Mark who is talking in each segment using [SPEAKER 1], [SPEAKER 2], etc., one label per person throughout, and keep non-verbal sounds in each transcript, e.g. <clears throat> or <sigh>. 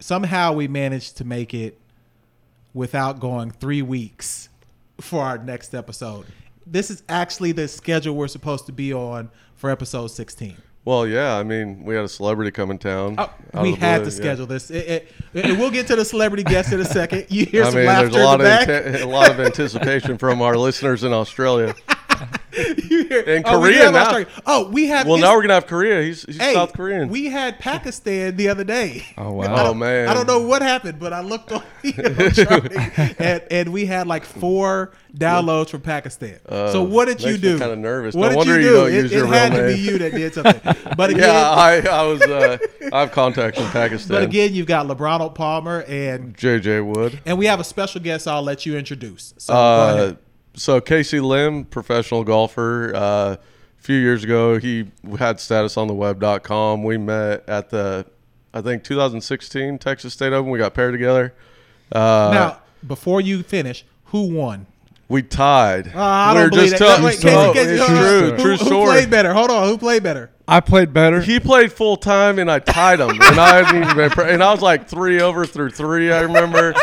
[SPEAKER 1] somehow we managed to make it without going three weeks for our next episode. This is actually the schedule we're supposed to be on for episode 16.
[SPEAKER 2] Well, yeah. I mean, we had a celebrity come in town.
[SPEAKER 1] Oh,
[SPEAKER 2] out
[SPEAKER 1] we
[SPEAKER 2] of the
[SPEAKER 1] had
[SPEAKER 2] blue,
[SPEAKER 1] to
[SPEAKER 2] yeah.
[SPEAKER 1] schedule this. It, it, it- we'll get to the celebrity guest in a second. You hear
[SPEAKER 2] I
[SPEAKER 1] some
[SPEAKER 2] mean,
[SPEAKER 1] laughter
[SPEAKER 2] there's a lot
[SPEAKER 1] in the back.
[SPEAKER 2] of ante- a lot
[SPEAKER 1] <laughs>
[SPEAKER 2] of anticipation from our listeners in Australia.
[SPEAKER 1] You hear-
[SPEAKER 2] In
[SPEAKER 1] oh, we
[SPEAKER 2] Korea
[SPEAKER 1] have
[SPEAKER 2] now.
[SPEAKER 1] Australia. Oh, we have.
[SPEAKER 2] Well,
[SPEAKER 1] it's-
[SPEAKER 2] now we're gonna have Korea. He's, he's
[SPEAKER 1] hey,
[SPEAKER 2] South Korean.
[SPEAKER 1] We had Pakistan the other day.
[SPEAKER 3] Oh, wow.
[SPEAKER 1] I
[SPEAKER 2] oh
[SPEAKER 1] don't-
[SPEAKER 2] man,
[SPEAKER 1] I don't know what happened, but I looked on <laughs> the
[SPEAKER 2] <laughs>
[SPEAKER 1] chart and, and we had like four downloads from Pakistan. so what did
[SPEAKER 2] Uh, makes
[SPEAKER 1] you
[SPEAKER 2] me
[SPEAKER 1] do?
[SPEAKER 2] kinda nervous.
[SPEAKER 1] What
[SPEAKER 2] No
[SPEAKER 1] did
[SPEAKER 2] wonder
[SPEAKER 1] you do?
[SPEAKER 2] you don't
[SPEAKER 1] it
[SPEAKER 2] use
[SPEAKER 1] it
[SPEAKER 2] your real
[SPEAKER 1] had to be
[SPEAKER 2] name.
[SPEAKER 1] you that did
[SPEAKER 2] <laughs>
[SPEAKER 1] something. But again,
[SPEAKER 2] Yeah, I, I was. Uh, I have contacts in Pakistan.
[SPEAKER 1] <laughs> but again, you've got LeBron Palmer and
[SPEAKER 2] JJ Wood.
[SPEAKER 1] and we have a special guest. I'll let you introduce. So go
[SPEAKER 2] Uh,
[SPEAKER 1] ahead.
[SPEAKER 2] so Casey Lim, professional golfer. Uh, a few years ago, he had status on the web.com. We met at the, I think 2016 Texas State Open. We got paired together. Uh,
[SPEAKER 1] now before you finish, who won?
[SPEAKER 2] we tied.
[SPEAKER 1] Uh, I
[SPEAKER 2] we
[SPEAKER 1] don't
[SPEAKER 2] were
[SPEAKER 1] believe
[SPEAKER 2] just
[SPEAKER 1] that.
[SPEAKER 2] telling-
[SPEAKER 1] Wait,
[SPEAKER 3] Casey,
[SPEAKER 2] No,
[SPEAKER 3] Casey,
[SPEAKER 2] it's
[SPEAKER 3] hold on.
[SPEAKER 2] true,
[SPEAKER 1] who,
[SPEAKER 2] true
[SPEAKER 1] who
[SPEAKER 2] story.
[SPEAKER 1] played better? Hold on, who played better?
[SPEAKER 3] I played better.
[SPEAKER 2] He played full time and I tied him, and I hadn't even been. Pre- and I was like three over through three. I remember,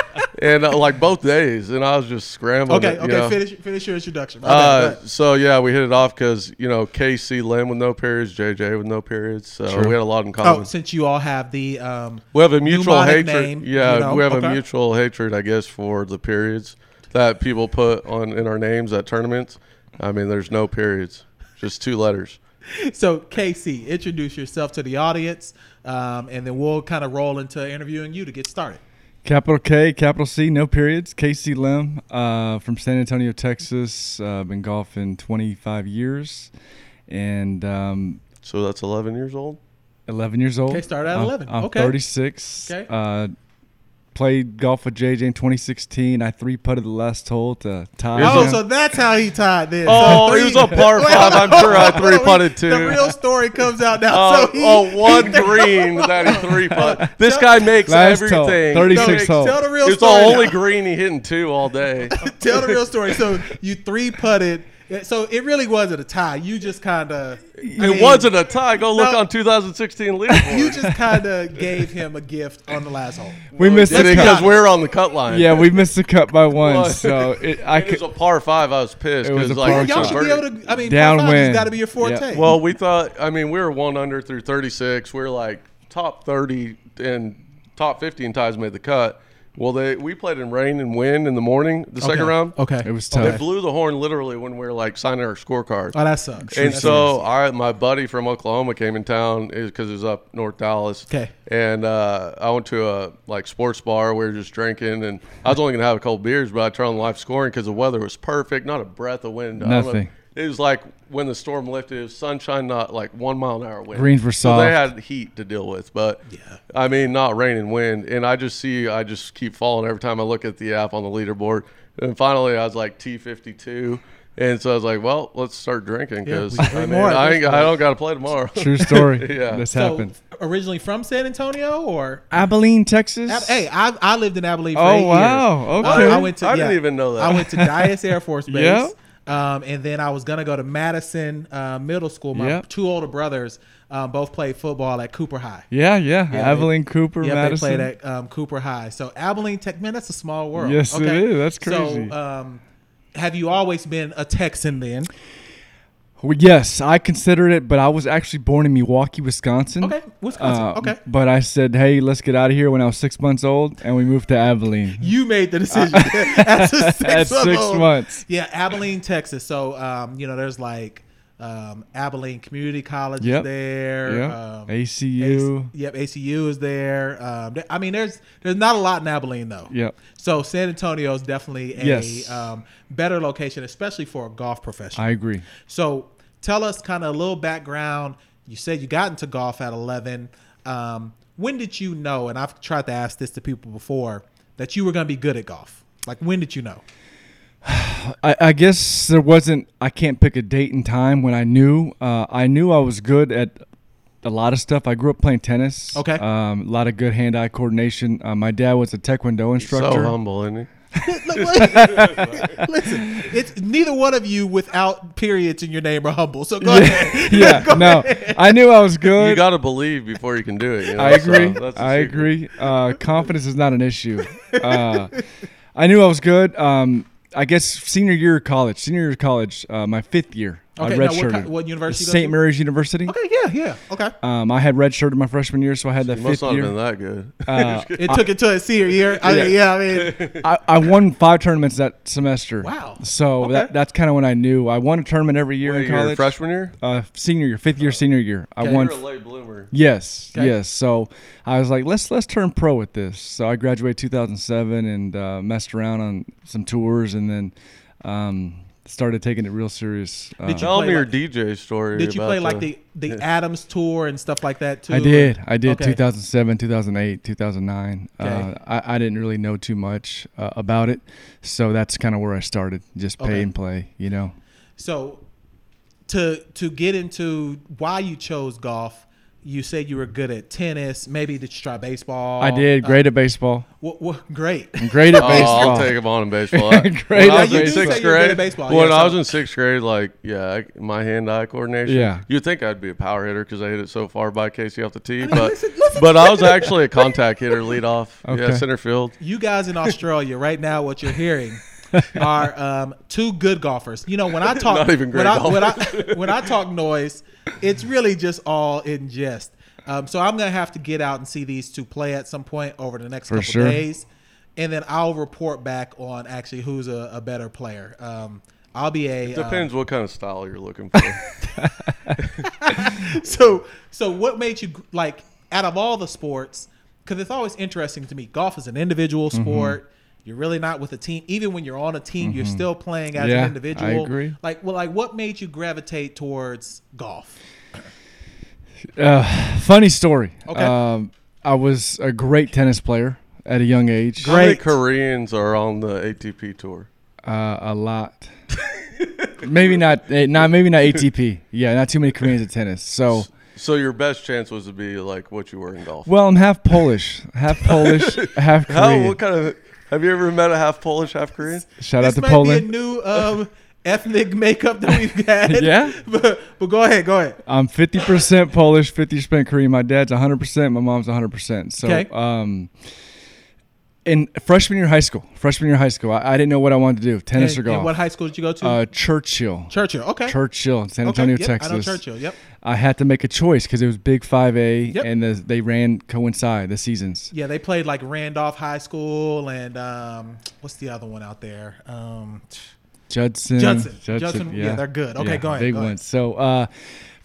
[SPEAKER 2] and uh, like both days, and I was just scrambling.
[SPEAKER 1] Okay,
[SPEAKER 2] it, you
[SPEAKER 1] okay,
[SPEAKER 2] know.
[SPEAKER 1] finish finish your introduction. My bad,
[SPEAKER 2] Uh,
[SPEAKER 1] go ahead.
[SPEAKER 2] so yeah, we hit it off because you know KC Lim with no periods, JJ with no periods. So we had a lot in
[SPEAKER 1] oh,
[SPEAKER 2] common.
[SPEAKER 1] since you all have the um,
[SPEAKER 2] we have a mutual
[SPEAKER 1] mnemonic
[SPEAKER 2] hatred.
[SPEAKER 1] name,
[SPEAKER 2] yeah,
[SPEAKER 1] you know,
[SPEAKER 2] we have
[SPEAKER 1] okay.
[SPEAKER 2] a mutual hatred, I guess, for the periods that people put on in our names at tournaments. I mean, there's no periods, just two letters.
[SPEAKER 1] So, Casey, introduce yourself to the audience, um, and then we'll kind of roll into interviewing you to get started.
[SPEAKER 3] Capital K, capital C, no periods. KC Lim uh, from San Antonio, Texas. Uh, been golfing 25 years and um,
[SPEAKER 2] So that's 11 years old.
[SPEAKER 3] 11 years old.
[SPEAKER 1] Okay, started at
[SPEAKER 3] I'm-
[SPEAKER 1] 11.
[SPEAKER 3] I'm
[SPEAKER 1] Okay.
[SPEAKER 3] 36.
[SPEAKER 1] Okay.
[SPEAKER 3] Uh, played golf with JJ in 2016. I three putted the last hole to tie.
[SPEAKER 1] Oh,
[SPEAKER 3] him.
[SPEAKER 1] so that's how he tied this.
[SPEAKER 2] Oh,
[SPEAKER 1] So
[SPEAKER 2] it was a
[SPEAKER 1] <laughs>
[SPEAKER 2] par
[SPEAKER 1] Wait,
[SPEAKER 2] five.
[SPEAKER 1] hold
[SPEAKER 2] I'm
[SPEAKER 1] on,
[SPEAKER 2] sure I <laughs>
[SPEAKER 1] hold on,
[SPEAKER 2] three
[SPEAKER 1] wait.
[SPEAKER 2] putted too.
[SPEAKER 1] The real story comes out now.
[SPEAKER 2] <laughs> Oh,
[SPEAKER 1] so he,
[SPEAKER 2] <laughs> oh, one green that he <laughs> three putt. This guy makes
[SPEAKER 3] Last hole,
[SPEAKER 2] everything.
[SPEAKER 3] 36
[SPEAKER 2] He
[SPEAKER 3] hole.
[SPEAKER 2] makes-
[SPEAKER 1] tell the real
[SPEAKER 2] It's the
[SPEAKER 1] story.
[SPEAKER 2] only
[SPEAKER 1] now.
[SPEAKER 2] green he hitting two all <laughs> day.
[SPEAKER 1] tell the real story. So you three putted. So it really wasn't a tie. You just kind of.
[SPEAKER 2] It wasn't a tie. Go look
[SPEAKER 1] No.
[SPEAKER 2] on 2016 leaderboard.
[SPEAKER 1] You just kind of gave him a gift on the last hole.
[SPEAKER 3] we missed
[SPEAKER 2] did
[SPEAKER 3] the
[SPEAKER 2] it because
[SPEAKER 3] cut.
[SPEAKER 2] we're on the cut line.
[SPEAKER 3] Yeah, we missed the cut by one.
[SPEAKER 2] Well,
[SPEAKER 3] So it, I
[SPEAKER 2] it was
[SPEAKER 3] could.
[SPEAKER 2] a par five. I was pissed
[SPEAKER 3] It was
[SPEAKER 2] because
[SPEAKER 3] a
[SPEAKER 2] like
[SPEAKER 3] par
[SPEAKER 2] it's
[SPEAKER 1] Y'all
[SPEAKER 2] a
[SPEAKER 1] should be
[SPEAKER 2] birdie.
[SPEAKER 1] able to. I mean,
[SPEAKER 3] Downwind.
[SPEAKER 1] Got to be your forte.
[SPEAKER 2] <laughs>
[SPEAKER 3] Yeah.
[SPEAKER 2] Well, we thought. I mean, we were one under through 36. We are like top 30 and top 15 ties made the cut. Well, they we played in rain and wind in the morning. The second round,
[SPEAKER 1] Okay.
[SPEAKER 3] It was
[SPEAKER 2] they
[SPEAKER 3] tough.
[SPEAKER 2] blew the horn literally when we were like signing our scorecard.
[SPEAKER 1] Oh, that sucks.
[SPEAKER 2] And
[SPEAKER 1] That's
[SPEAKER 2] so, I, my buddy from Oklahoma came in town because it was up North Dallas.
[SPEAKER 1] 'Kay.
[SPEAKER 2] And uh, I went to a like sports bar. We were just drinking, and I was only gonna have a couple beers, but I turned on live scoring because the weather was perfect, not a breath of wind. I don't know.
[SPEAKER 3] Nothing.
[SPEAKER 2] It was like when the storm lifted, it was sunshine, not like one mile an hour wind.
[SPEAKER 3] Greens were
[SPEAKER 2] So they
[SPEAKER 3] soft.
[SPEAKER 2] had heat to deal with, but I mean, not rain and wind. And I just see, I just keep falling every time I look at the app on the leaderboard. And finally, I was like T52. And so I was like, well, let's start drinking because
[SPEAKER 1] we can
[SPEAKER 2] I,
[SPEAKER 1] drink
[SPEAKER 2] mean,
[SPEAKER 1] more at
[SPEAKER 2] I,
[SPEAKER 1] this
[SPEAKER 2] ain't, I don't got to play tomorrow.
[SPEAKER 3] <laughs>
[SPEAKER 2] <laughs>
[SPEAKER 1] <laughs>
[SPEAKER 3] True story.
[SPEAKER 2] Yeah.
[SPEAKER 3] This
[SPEAKER 1] So,
[SPEAKER 3] happened.
[SPEAKER 1] originally from San Antonio, or
[SPEAKER 3] Abilene, Texas.
[SPEAKER 1] Ab- hey, I, I lived in Abilene. For
[SPEAKER 3] Oh,
[SPEAKER 1] eight
[SPEAKER 3] wow.
[SPEAKER 1] Years. Uh,
[SPEAKER 3] Okay.
[SPEAKER 1] I, I went to.
[SPEAKER 2] I didn't
[SPEAKER 1] yeah.
[SPEAKER 2] even know that.
[SPEAKER 1] I went to Dias Air
[SPEAKER 3] <laughs>
[SPEAKER 1] Force Base.
[SPEAKER 3] Yeah.
[SPEAKER 1] Um, and then I was gonna go to Madison uh, Middle School. My
[SPEAKER 3] Yep.
[SPEAKER 1] two older brothers um, both played football at Cooper High.
[SPEAKER 3] Yeah, yeah. Abilene Cooper,
[SPEAKER 1] Yeah, they
[SPEAKER 3] Madison.
[SPEAKER 1] played at um, Cooper High. So Abilene Tech, man, that's a small world.
[SPEAKER 3] Yes, it is. That's crazy.
[SPEAKER 1] So, um, have you always been a Texan then?
[SPEAKER 3] Well, yes, I considered it, but I was actually born in Milwaukee, Wisconsin.
[SPEAKER 1] Okay, Wisconsin.
[SPEAKER 3] Mm. Uh,
[SPEAKER 1] okay.
[SPEAKER 3] But I said, hey, let's get out of here when I was six months old, and we moved to Abilene.
[SPEAKER 1] You made the decision at six,
[SPEAKER 3] <laughs> At six months.
[SPEAKER 1] Yeah, Abilene, Texas. So, um, you know, there's like um, Abilene Community College
[SPEAKER 3] Yep.
[SPEAKER 1] is there.
[SPEAKER 3] Yeah.
[SPEAKER 1] Um,
[SPEAKER 3] ACU.
[SPEAKER 1] AC yep, ACU is there. Um, th- I mean, there's there's not a lot in Abilene though.
[SPEAKER 3] Yep.
[SPEAKER 1] So San Antonio is definitely a
[SPEAKER 3] Yes.
[SPEAKER 1] um, better location, especially for a golf professional.
[SPEAKER 3] I agree.
[SPEAKER 1] So tell us kind of a little background. You said you got into golf at 11. Um, when did you know? And I've tried to ask this to people before that you were going to be good at golf. Like when did you
[SPEAKER 3] <laughs>
[SPEAKER 1] know?
[SPEAKER 3] I, I guess there wasn't. I can't pick a date and time when I knew. Uh, I knew I was good at a lot of stuff. I grew up playing tennis.
[SPEAKER 1] Okay.
[SPEAKER 3] Um, a lot of good hand-eye coordination. Uh, my dad was a taekwondo
[SPEAKER 2] so
[SPEAKER 3] instructor.
[SPEAKER 2] humble, isn't he?
[SPEAKER 1] Listen, it's neither one of you without periods in your name are humble. So go
[SPEAKER 3] <laughs>
[SPEAKER 1] ahead. <laughs>
[SPEAKER 3] yeah,
[SPEAKER 1] Go
[SPEAKER 3] no,
[SPEAKER 1] ahead.
[SPEAKER 3] I knew I was good.
[SPEAKER 2] you got to believe before you can do it. you know,
[SPEAKER 3] I
[SPEAKER 2] so
[SPEAKER 3] agree.
[SPEAKER 2] that's the
[SPEAKER 3] I
[SPEAKER 2] secret.
[SPEAKER 3] agree. Uh, confidence is not an issue. Uh, I knew I was good. Um, I guess senior year of college, senior year of college, uh, my fifth year.
[SPEAKER 1] Okay, now
[SPEAKER 3] I
[SPEAKER 1] what
[SPEAKER 3] redshirted.
[SPEAKER 1] ki- what university you go to?
[SPEAKER 3] St. Mary's University.
[SPEAKER 1] Okay, yeah, yeah, okay.
[SPEAKER 2] Uh,
[SPEAKER 3] Um, I had redshirted my freshman year, so I had that
[SPEAKER 2] You must
[SPEAKER 3] fifth
[SPEAKER 2] not have been
[SPEAKER 3] year.
[SPEAKER 2] that good. <laughs>
[SPEAKER 3] Uh,
[SPEAKER 1] It took it to a senior year. I mean, yeah, I mean,
[SPEAKER 3] I, I won five tournaments that semester.
[SPEAKER 1] Wow.
[SPEAKER 3] So
[SPEAKER 1] Okay.
[SPEAKER 3] that, that's kind of when I knew I won a tournament every year
[SPEAKER 2] Wait,
[SPEAKER 3] in
[SPEAKER 2] your
[SPEAKER 3] college.
[SPEAKER 2] freshman year?
[SPEAKER 3] uh, senior year, fifth year, senior year. I
[SPEAKER 1] Okay.
[SPEAKER 3] won.
[SPEAKER 2] You're a late bloomer.
[SPEAKER 3] Yes,
[SPEAKER 1] Okay.
[SPEAKER 3] yes. So I was like, let's let's turn pro with this. So I graduated 2007 and uh, messed around on some tours, and then um, started taking it real serious. Uh,
[SPEAKER 1] Did you
[SPEAKER 2] Tell
[SPEAKER 1] play
[SPEAKER 2] me your
[SPEAKER 1] like-
[SPEAKER 2] DJ story.
[SPEAKER 1] did you play
[SPEAKER 2] about
[SPEAKER 1] like the the Adams tour and stuff like that too?
[SPEAKER 3] I did. I did.
[SPEAKER 1] Okay.
[SPEAKER 3] 2007, 2008, 2009. Uh,
[SPEAKER 1] Okay.
[SPEAKER 3] I, I didn't really know too much uh, about it, so that's kind of where I started. Just pay
[SPEAKER 1] Okay.
[SPEAKER 3] and play, you know.
[SPEAKER 1] So to to get into why you chose golf, you said you were good at tennis. Maybe did you try baseball?
[SPEAKER 3] I did. Great at baseball.
[SPEAKER 1] Well, well, great. <laughs>
[SPEAKER 3] Great at
[SPEAKER 2] Oh,
[SPEAKER 3] baseball.
[SPEAKER 2] I'll take him on in
[SPEAKER 3] <laughs>
[SPEAKER 2] baseball. I-
[SPEAKER 3] Great
[SPEAKER 2] when I
[SPEAKER 3] at
[SPEAKER 2] was in
[SPEAKER 3] baseball. You do
[SPEAKER 2] sixth
[SPEAKER 1] say you're good
[SPEAKER 2] grade,
[SPEAKER 1] at baseball,
[SPEAKER 2] when
[SPEAKER 1] yeah,
[SPEAKER 2] I was
[SPEAKER 1] so-
[SPEAKER 2] in sixth grade, like yeah, I, my hand-eye coordination.
[SPEAKER 3] Yeah.
[SPEAKER 2] you'd think I'd be a power hitter because I hit it so far by Casey off the tee,
[SPEAKER 1] mean,
[SPEAKER 2] but
[SPEAKER 1] listen- listen-
[SPEAKER 2] but I was actually a contact hitter, lead off, yeah,
[SPEAKER 3] <laughs> Okay.
[SPEAKER 2] center field.
[SPEAKER 1] You guys in Australia right now, what you're
[SPEAKER 2] <laughs>
[SPEAKER 1] hearing are um, two good golfers. You know, when I talk,
[SPEAKER 2] Not even great
[SPEAKER 1] when, I, when I <laughs> when I talk noise, it's really just all in jest. Um, so I'm gonna have to get out and see these two play at some point over the next couple
[SPEAKER 3] sure.
[SPEAKER 1] days, and then I'll report back on actually who's a, a better player. Um, I'll be a um,
[SPEAKER 2] Depends what kind of style you're looking
[SPEAKER 3] <laughs>
[SPEAKER 2] for.
[SPEAKER 1] so so what made you like out of all the sports because it's always interesting to me golf is an individual
[SPEAKER 3] Mm-hmm.
[SPEAKER 1] sport you're really not with a team even when you're on a team you're still playing as
[SPEAKER 3] Mm-hmm. Yeah,
[SPEAKER 1] an
[SPEAKER 3] I
[SPEAKER 1] individual
[SPEAKER 3] agree.
[SPEAKER 1] like well like what made you gravitate towards golf
[SPEAKER 3] Uh, funny story.
[SPEAKER 1] Okay.
[SPEAKER 3] Um, I was a great tennis player at a young age.
[SPEAKER 2] How many
[SPEAKER 1] Great.
[SPEAKER 2] Koreans are on the ATP tour.
[SPEAKER 3] Uh, a lot. maybe not. eh, Not maybe not ATP. Yeah, not too many Koreans at tennis. So,
[SPEAKER 2] So your best chance was to be like what you were in golf.
[SPEAKER 3] well, I'm half Polish, half
[SPEAKER 1] <laughs>
[SPEAKER 3] Polish, half
[SPEAKER 2] How?
[SPEAKER 3] Korean.
[SPEAKER 2] What kind of? Have you ever met a half Polish, half Korean?
[SPEAKER 3] Shout
[SPEAKER 1] this
[SPEAKER 3] out to
[SPEAKER 1] might be a
[SPEAKER 3] Poland.
[SPEAKER 1] new um, <laughs> ethnic makeup that
[SPEAKER 3] <laughs>
[SPEAKER 1] we've had
[SPEAKER 3] Yeah.
[SPEAKER 1] <laughs> but, but go ahead go ahead
[SPEAKER 3] I'm 50% Polish, 50% Korean. My dad's 100%. My mom's 100%. So,
[SPEAKER 1] Okay.
[SPEAKER 3] um, in freshman year of high school, freshman year of high school, I, I didn't know what I wanted to do, tennis
[SPEAKER 1] and,
[SPEAKER 3] or golf.
[SPEAKER 1] and what high school did you go to
[SPEAKER 3] uh, Churchill.
[SPEAKER 1] churchill okay
[SPEAKER 3] Churchill, in San
[SPEAKER 1] Okay,
[SPEAKER 3] Antonio,
[SPEAKER 1] yep,
[SPEAKER 3] Texas.
[SPEAKER 1] I know Churchill. Yep.
[SPEAKER 3] I had to make a choice because it was Big Five A,
[SPEAKER 1] Yep.
[SPEAKER 3] and the, they ran coincide the seasons.
[SPEAKER 1] Yeah, they played like Randolph High School and um, what's the other one out there? Um,
[SPEAKER 3] Judson,
[SPEAKER 1] Judson. Judson, yeah, they're good. Okay, go ahead,
[SPEAKER 3] Big
[SPEAKER 1] go ahead.
[SPEAKER 3] ones. So, uh,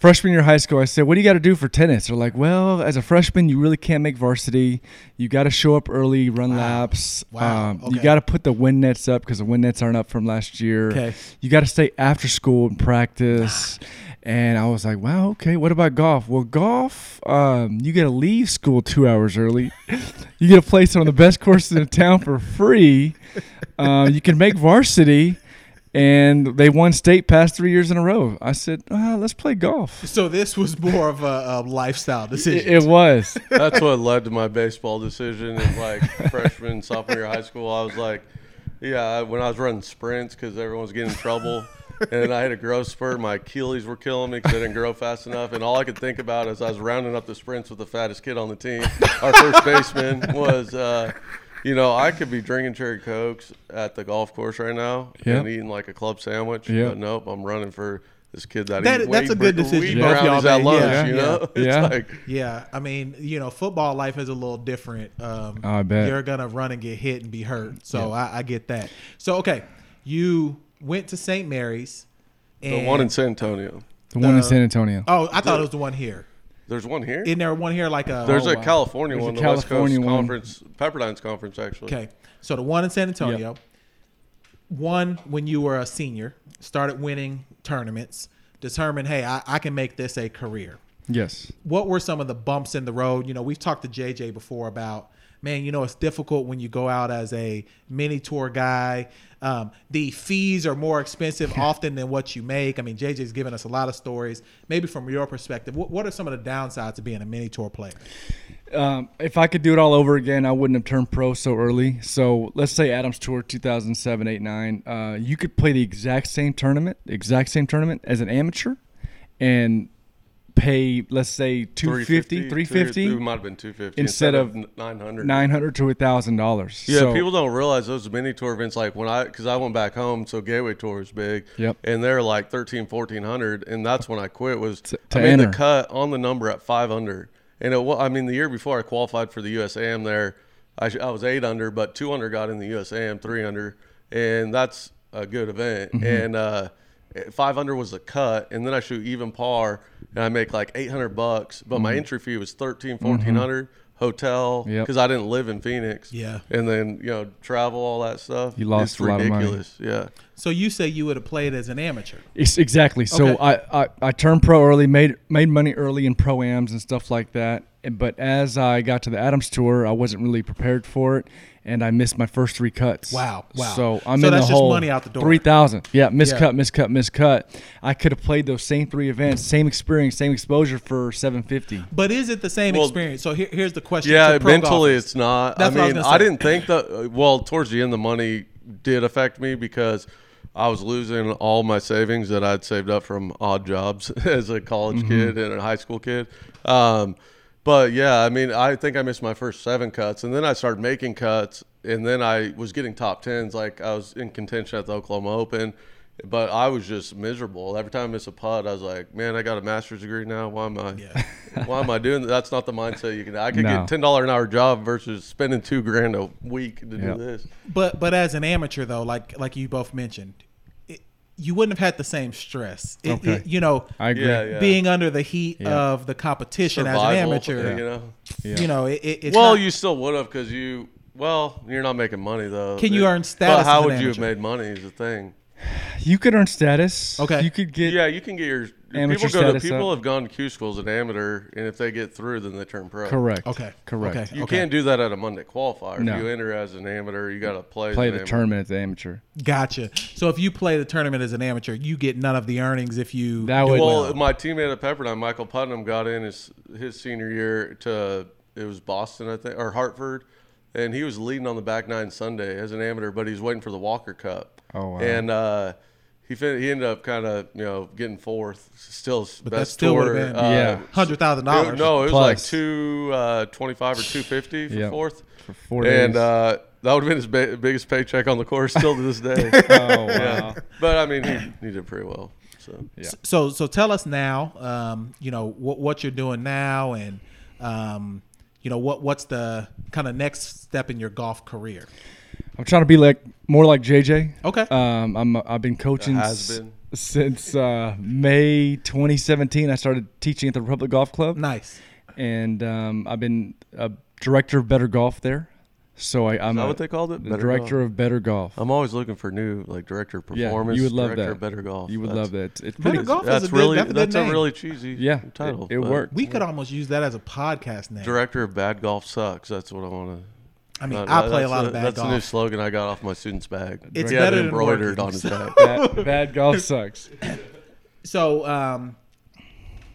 [SPEAKER 3] freshman year of high school, I said, "What do you got to do for tennis?" They're like, "Well, as a freshman, you really can't make varsity. You got to show up early, run laps.
[SPEAKER 1] Wow,
[SPEAKER 3] Um,
[SPEAKER 1] okay.
[SPEAKER 3] You got to put the wind nets up because the wind nets aren't up from last year.
[SPEAKER 1] Okay.
[SPEAKER 3] You got to stay after school and practice." And I was like, wow, okay, what about golf? Well, golf, um, you got to leave school two hours early. <laughs> you get to play some of the best courses in town for free. Um, you can make varsity. And they won state past three years in a row. I said, ah, let's play golf.
[SPEAKER 1] so this was more of a, a lifestyle decision.
[SPEAKER 3] It, it was.
[SPEAKER 2] That's what led to my baseball decision in like freshman, sophomore year of high school. I was like, yeah, when I was running sprints because everyone was getting in trouble. And I had a growth spurt. My Achilles were killing me because I didn't grow fast enough. And all I could think about as I was rounding up the sprints with the fattest kid on the team, our first baseman, was, uh, you know, I could be drinking cherry cokes at the golf course right now
[SPEAKER 3] Yeah.
[SPEAKER 2] and eating like a club sandwich.
[SPEAKER 3] Yeah.
[SPEAKER 2] But nope, I'm running for this kid that,
[SPEAKER 1] That-
[SPEAKER 2] eat
[SPEAKER 1] that's
[SPEAKER 2] wheat
[SPEAKER 1] a good
[SPEAKER 2] br-
[SPEAKER 1] decision
[SPEAKER 2] wheat
[SPEAKER 1] both y'all
[SPEAKER 2] brownies at
[SPEAKER 1] made.
[SPEAKER 2] lunch.
[SPEAKER 1] Yeah.
[SPEAKER 2] You
[SPEAKER 1] Yeah.
[SPEAKER 2] know, <laughs>
[SPEAKER 3] Yeah.
[SPEAKER 2] it's like
[SPEAKER 1] Yeah, I mean, you know, football life is a little different. Um,
[SPEAKER 3] Oh, I bet.
[SPEAKER 1] you're gonna run and get hit and be hurt. So I, I get that. So okay, you went to St. Mary's.
[SPEAKER 2] the
[SPEAKER 1] And,
[SPEAKER 2] one in San Antonio.
[SPEAKER 3] The one in San Antonio.
[SPEAKER 1] oh, I thought it was the one here.
[SPEAKER 2] There's one here.
[SPEAKER 1] Isn't there one here like a?
[SPEAKER 2] There's
[SPEAKER 1] oh,
[SPEAKER 2] a
[SPEAKER 1] wow.
[SPEAKER 2] California
[SPEAKER 3] There's a
[SPEAKER 2] one, the
[SPEAKER 3] California
[SPEAKER 2] West Coast
[SPEAKER 3] one.
[SPEAKER 2] Conference, Pepperdine's Conference, actually.
[SPEAKER 1] Okay, so the one in San Antonio. One when you were a senior, started winning tournaments. Determined, hey, I, I can make this a career.
[SPEAKER 3] Yes.
[SPEAKER 1] what were some of the bumps in the road? You know, we've talked to JJ before about man, you know, it's difficult when you go out as a mini tour guy. Um, the fees are more
[SPEAKER 2] <laughs>
[SPEAKER 1] expensive often than what you make. I mean, JJ's given us a lot of stories. Maybe from your perspective, what, what are some of the downsides to being a mini tour player?
[SPEAKER 3] Um, if I could do it all over again, I wouldn't have turned pro so early. So let's say Adams Tour 2007, 8, 9. Uh, you could play the exact same tournament, the exact same tournament as an amateur, and pay let's say 250 350
[SPEAKER 2] It might have been 250
[SPEAKER 3] Instead of
[SPEAKER 2] n- 900.
[SPEAKER 3] 900 to a thousand dollars
[SPEAKER 2] Yeah, people don't realize those mini tour events. Like when I, because I went back home, so Gateway Tour is big.
[SPEAKER 3] Yep.
[SPEAKER 2] And they're like 13, 1400. And that's when I quit. Was
[SPEAKER 3] to
[SPEAKER 2] I made
[SPEAKER 3] enter.
[SPEAKER 2] the cut on the number at five under. And it, wa- I mean, the year before I qualified for the USAM there, I, sh- I was eight under, but two under got in the USAM, three under, and that's a good event.
[SPEAKER 3] Mm-hmm.
[SPEAKER 2] And uh, five under was the cut, and then I shoot even par, and I make like eight hundred bucks, but my entry fee was thirteen, fourteen hundred hotel
[SPEAKER 3] Mm-hmm. Yep.
[SPEAKER 2] because I didn't live in Phoenix
[SPEAKER 1] Yeah.
[SPEAKER 2] and then you know travel all that stuff.
[SPEAKER 3] You lost
[SPEAKER 2] it's
[SPEAKER 3] a lot of money.
[SPEAKER 2] ridiculous. Yeah,
[SPEAKER 1] So you say you would have played as an amateur.
[SPEAKER 3] Ex- Exactly. So
[SPEAKER 1] Okay.
[SPEAKER 3] I, I, I turned pro early, made made money early in pro ams and stuff like that. And, but as I got to the Adams tour, I wasn't really prepared for it, and I missed my first three cuts.
[SPEAKER 1] Wow, wow.
[SPEAKER 3] So I'm
[SPEAKER 1] So
[SPEAKER 3] in
[SPEAKER 1] that's just
[SPEAKER 3] the hole.
[SPEAKER 1] money out the door.
[SPEAKER 3] Three thousand. Yeah, miss
[SPEAKER 1] Yeah.
[SPEAKER 3] cut, miss cut, miss cut. I could have played those same three events, same experience, same exposure for seven fifty.
[SPEAKER 1] But is it the same
[SPEAKER 2] Well,
[SPEAKER 1] experience? So here, here's the question.
[SPEAKER 2] yeah.
[SPEAKER 1] to pro
[SPEAKER 2] Mentally,
[SPEAKER 1] golfers.
[SPEAKER 2] it's not.
[SPEAKER 1] That's
[SPEAKER 2] I
[SPEAKER 1] what I was
[SPEAKER 2] mean,
[SPEAKER 1] gonna
[SPEAKER 2] I,
[SPEAKER 1] say.
[SPEAKER 2] didn't think that. Well, towards the end, the money did affect me because I was losing all my savings that I'd saved up from odd jobs <laughs> as a college
[SPEAKER 1] Mm-hmm.
[SPEAKER 2] kid and a high school kid. Um, but yeah, I mean, I think I missed my first seven cuts, and then I started making cuts, and then I was getting top tens. Like I was in contention at the Oklahoma Open. But I was just miserable. Every time I miss a putt, I was like, "Man, I got a master's degree now. Why am I? why am I doing that? That's not the mindset you can. I could
[SPEAKER 3] No.
[SPEAKER 2] get ten dollar an hour job versus spending two grand a week to
[SPEAKER 3] Yeah.
[SPEAKER 2] do this.
[SPEAKER 1] But but as an amateur though, like like you both mentioned, it, you wouldn't have had the same stress. It,
[SPEAKER 3] Okay.
[SPEAKER 1] it- you know,
[SPEAKER 3] I agree.
[SPEAKER 2] Yeah, yeah.
[SPEAKER 1] being under the heat
[SPEAKER 3] Yeah.
[SPEAKER 1] of the competition as an
[SPEAKER 2] Survival,
[SPEAKER 1] amateur,
[SPEAKER 2] you know.
[SPEAKER 3] Yeah.
[SPEAKER 1] you know, it, it- it's
[SPEAKER 2] Well,
[SPEAKER 1] not-
[SPEAKER 2] you still would have because you. Well, you're not making money though.
[SPEAKER 1] Can you
[SPEAKER 2] It-
[SPEAKER 1] earn status
[SPEAKER 2] But
[SPEAKER 1] as
[SPEAKER 2] how
[SPEAKER 1] an
[SPEAKER 2] would you have
[SPEAKER 1] amateur?
[SPEAKER 2] made money? Is the thing.
[SPEAKER 3] You could earn status.
[SPEAKER 1] Okay.
[SPEAKER 3] You could get.
[SPEAKER 2] Yeah, you can get your
[SPEAKER 3] Amateur
[SPEAKER 2] people go to
[SPEAKER 3] status uh,
[SPEAKER 2] people
[SPEAKER 3] up.
[SPEAKER 2] have gone to Q school as an amateur, and if they get through, then they turn pro.
[SPEAKER 3] Correct.
[SPEAKER 1] okay,
[SPEAKER 3] Correct.
[SPEAKER 1] Okay,
[SPEAKER 2] You
[SPEAKER 1] okay.
[SPEAKER 2] can't do that at a Monday qualifier.
[SPEAKER 3] No.
[SPEAKER 2] If you enter as an amateur, you got to play.
[SPEAKER 3] Play
[SPEAKER 2] as an
[SPEAKER 3] the
[SPEAKER 2] amateur.
[SPEAKER 3] tournament at the amateur.
[SPEAKER 1] Gotcha. So if you play the tournament as an amateur, you get none of the earnings if you.
[SPEAKER 3] That would.
[SPEAKER 2] Well, my teammate at Pepperdine, Michael Putnam, got in his his senior year to it was Boston, I think, or Hartford, and he was leading on the back nine Sunday as an amateur, but he's waiting for the Walker Cup.
[SPEAKER 3] Oh, wow.
[SPEAKER 2] And uh, he fin- he ended up kind of you know getting fourth, still s- best
[SPEAKER 1] that still
[SPEAKER 2] tour.
[SPEAKER 1] would've been-
[SPEAKER 2] uh,
[SPEAKER 3] Yeah.
[SPEAKER 1] Hundred thousand
[SPEAKER 2] it-
[SPEAKER 1] dollars.
[SPEAKER 2] no, it was like
[SPEAKER 3] Plus.
[SPEAKER 2] two uh, twenty-five or two fifty for
[SPEAKER 3] Yep.
[SPEAKER 2] fourth.
[SPEAKER 3] For four
[SPEAKER 2] and
[SPEAKER 3] days.
[SPEAKER 2] uh, that would have been his ba- biggest paycheck on the course still to this day.
[SPEAKER 3] <laughs> oh wow.
[SPEAKER 2] but I mean, he, he did pretty well. So
[SPEAKER 3] Yeah.
[SPEAKER 1] So so tell us now, um, you know what what you're doing now, and um, you know what what's the kind of next step in your golf career.
[SPEAKER 3] I'm trying to be like more like JJ.
[SPEAKER 1] Okay.
[SPEAKER 3] Um, I'm I've been coaching
[SPEAKER 2] The
[SPEAKER 3] s-
[SPEAKER 2] has-been.
[SPEAKER 3] since uh, May 2017. I started teaching at the Republic Golf Club,
[SPEAKER 1] Nice.
[SPEAKER 3] and um, I've been a director of better golf there. So I, I'm
[SPEAKER 2] that
[SPEAKER 3] a-
[SPEAKER 2] what they called it?
[SPEAKER 3] the
[SPEAKER 2] Better
[SPEAKER 3] director
[SPEAKER 2] Golf?
[SPEAKER 3] of better golf.
[SPEAKER 2] I'm always looking for new like director of
[SPEAKER 3] Yeah,
[SPEAKER 2] performance.
[SPEAKER 3] you would love
[SPEAKER 2] director
[SPEAKER 3] that.
[SPEAKER 2] of better golf.
[SPEAKER 3] you would
[SPEAKER 2] That's-
[SPEAKER 3] love that. It's
[SPEAKER 1] Better
[SPEAKER 3] pretty.
[SPEAKER 1] golf is
[SPEAKER 2] That's
[SPEAKER 1] a good-
[SPEAKER 2] really
[SPEAKER 1] that's
[SPEAKER 2] that's
[SPEAKER 1] a
[SPEAKER 2] a,
[SPEAKER 1] good name.
[SPEAKER 2] really cheesy
[SPEAKER 3] Yeah,
[SPEAKER 2] title.
[SPEAKER 3] it- it
[SPEAKER 2] but
[SPEAKER 3] worked.
[SPEAKER 1] We could almost use that as a podcast name.
[SPEAKER 2] Director of bad golf sucks. That's what I want to.
[SPEAKER 1] I mean, I play a lot of bad
[SPEAKER 2] That's a new
[SPEAKER 1] golf.
[SPEAKER 2] slogan I got off my student's bag.
[SPEAKER 1] It's
[SPEAKER 2] He had
[SPEAKER 1] better
[SPEAKER 2] it
[SPEAKER 1] than
[SPEAKER 2] embroidered
[SPEAKER 1] working.
[SPEAKER 2] on his back.
[SPEAKER 3] bad,
[SPEAKER 1] <laughs>
[SPEAKER 3] bad golf sucks.
[SPEAKER 1] So, um,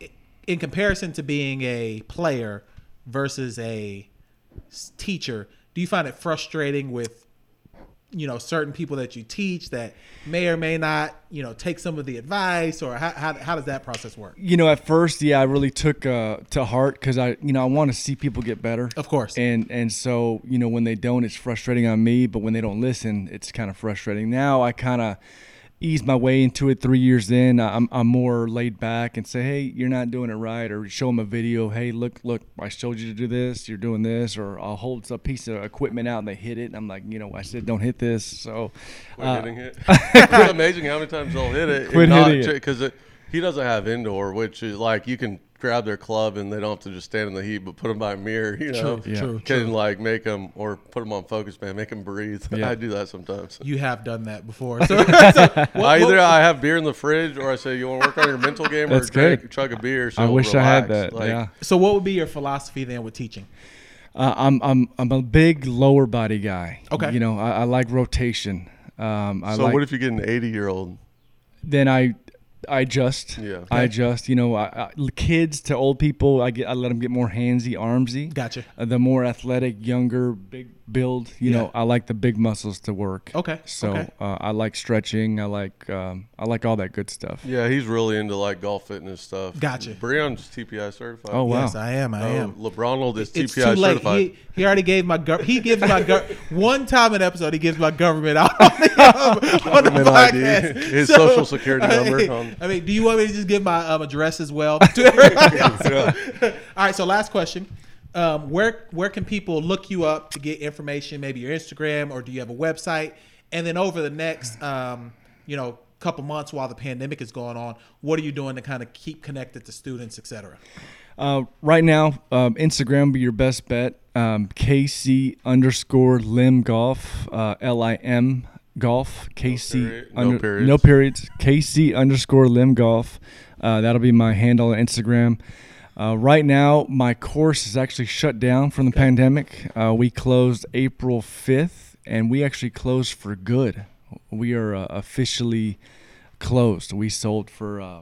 [SPEAKER 1] i- in comparison to being a player versus a s- teacher, do you find it frustrating with you know certain people that you teach that may or may not you know take some of the advice, or how how, how does that process work?
[SPEAKER 3] You know, at first, yeah, I really took uh, to heart because I, you know, I want to see people get better.
[SPEAKER 1] Of course.
[SPEAKER 3] And and so you know when they don't, it's frustrating on me. But when they don't listen, it's kind of frustrating. Now I kind of ease my way into it. Three years in, I'm I'm more laid back and say, hey, you're not doing it right, or show them a video. Hey, look, look, I showed you to do this. You're doing this, or I'll hold a piece of equipment out and they hit it, and I'm like, you know, I said don't hit this. So
[SPEAKER 2] Quit
[SPEAKER 3] <laughs> uh,
[SPEAKER 2] hitting it. <laughs> it's amazing how many times they'll hit it.
[SPEAKER 3] Quit hitting it.
[SPEAKER 2] Because he doesn't have indoor, which is like you can grab their club and they don't have to just stand in the heat, but put them by a mirror, you know?
[SPEAKER 1] True, Yeah. true,
[SPEAKER 2] Can like make them or put them on focus, man, make them breathe. <laughs>
[SPEAKER 3] Yeah.
[SPEAKER 2] I do that sometimes.
[SPEAKER 1] You have done that before. So, so <laughs> what- what-
[SPEAKER 2] Either I have beer in the fridge or I say, you want to work on your mental game
[SPEAKER 3] That's
[SPEAKER 2] or drink,
[SPEAKER 3] good.
[SPEAKER 2] chug a beer. So
[SPEAKER 3] I wish I had
[SPEAKER 2] relax."
[SPEAKER 3] that.
[SPEAKER 2] Like,
[SPEAKER 3] yeah.
[SPEAKER 1] so what would be your philosophy then with teaching?
[SPEAKER 3] Uh, I'm I'm I'm a big lower body guy.
[SPEAKER 1] Okay.
[SPEAKER 3] You know, I, I like rotation. Um, I
[SPEAKER 2] so
[SPEAKER 3] like,
[SPEAKER 2] what if you get an 80 year old?
[SPEAKER 3] then I I adjust.
[SPEAKER 2] Yeah.
[SPEAKER 3] I adjust. You know, I, I, kids to old people, I get I let them get more handsy, armsy.
[SPEAKER 1] Gotcha.
[SPEAKER 3] Uh, the more athletic, younger, big build. You know, I like the big muscles to work.
[SPEAKER 1] Okay,
[SPEAKER 3] So
[SPEAKER 1] okay.
[SPEAKER 3] Uh, I like stretching. I like um, I like all that good stuff.
[SPEAKER 2] Yeah, he's really into like golf fitness stuff.
[SPEAKER 1] Gotcha.
[SPEAKER 2] Breon's TPI certified.
[SPEAKER 3] Oh wow.
[SPEAKER 1] Yes, I am. I am.
[SPEAKER 2] LeBronald is
[SPEAKER 1] It's
[SPEAKER 2] TPI
[SPEAKER 1] too late.
[SPEAKER 2] certified.
[SPEAKER 1] He, he already gave my gov- he gives my
[SPEAKER 2] <laughs>
[SPEAKER 1] gov- one time an episode he gives my government out on the, on the
[SPEAKER 2] Government ID.
[SPEAKER 1] podcast.
[SPEAKER 2] His social security number on-
[SPEAKER 1] I mean, do you want me to just give my um, address as
[SPEAKER 2] <laughs>
[SPEAKER 1] well to everybody else? <laughs> All right. So last question: um, where where can people look you up to get information? Maybe your Instagram or do you have a website? And then over the next um, you know couple months while the pandemic is going on, what are you doing to kind of keep connected to students, et cetera?
[SPEAKER 3] Uh, right now, um, Instagram be your best bet. Um, KC underscore Lim Golf, uh, L I M Golf, KC.
[SPEAKER 2] period- no periods.
[SPEAKER 3] No periods. KC underscore Lim Golf. Uh, that'll be my handle on Instagram. Uh, right now, my course is actually shut down from the pandemic. Uh, we closed April 5th, and we actually closed for good. We are uh, officially closed. We sold for uh,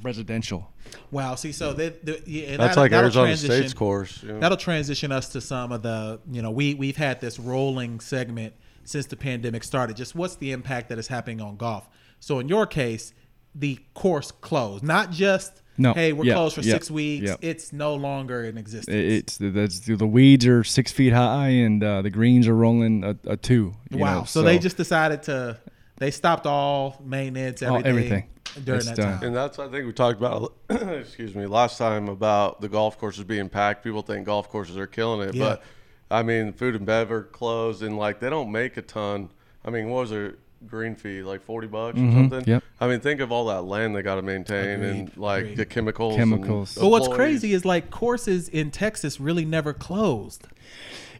[SPEAKER 3] residential.
[SPEAKER 1] Wow. See, so they, they, yeah, and
[SPEAKER 2] That's
[SPEAKER 1] that'll-
[SPEAKER 2] like
[SPEAKER 1] that'll
[SPEAKER 2] Arizona
[SPEAKER 1] transition-
[SPEAKER 2] State's course. yeah.
[SPEAKER 1] That'll transition us to some of the, you know, we we've had this rolling segment since the pandemic started. Just what's the impact that is happening on golf? So in your case, the course closed, not just
[SPEAKER 3] No.
[SPEAKER 1] hey, we're
[SPEAKER 3] Yeah.
[SPEAKER 1] closed for
[SPEAKER 3] Yeah.
[SPEAKER 1] six weeks.
[SPEAKER 3] Yeah.
[SPEAKER 1] It's no longer in existence.
[SPEAKER 3] It- It's that's the weeds are six feet high and uh, the greens are rolling a, a two. you
[SPEAKER 1] wow.
[SPEAKER 3] know,
[SPEAKER 1] so, they just decided to they stopped all maintenance,
[SPEAKER 3] All-
[SPEAKER 1] everything,
[SPEAKER 3] everything.
[SPEAKER 1] during
[SPEAKER 3] It's
[SPEAKER 1] that
[SPEAKER 3] done.
[SPEAKER 1] time.
[SPEAKER 2] And that's I think we talked about <clears throat> excuse me last time about the golf courses being packed. People think golf courses are killing it,
[SPEAKER 1] Yeah.
[SPEAKER 2] but I mean food and bev are closed and like they don't make a ton. I mean, what was their green fee like forty bucks or something?
[SPEAKER 3] Mm-hmm. yep.
[SPEAKER 2] I mean, think of all that land they got to maintain and
[SPEAKER 1] Agreed,
[SPEAKER 2] like
[SPEAKER 1] agreed.
[SPEAKER 2] the chemicals. and
[SPEAKER 3] Chemicals.
[SPEAKER 1] But what's
[SPEAKER 2] employees.
[SPEAKER 1] crazy is like courses in Texas really never closed.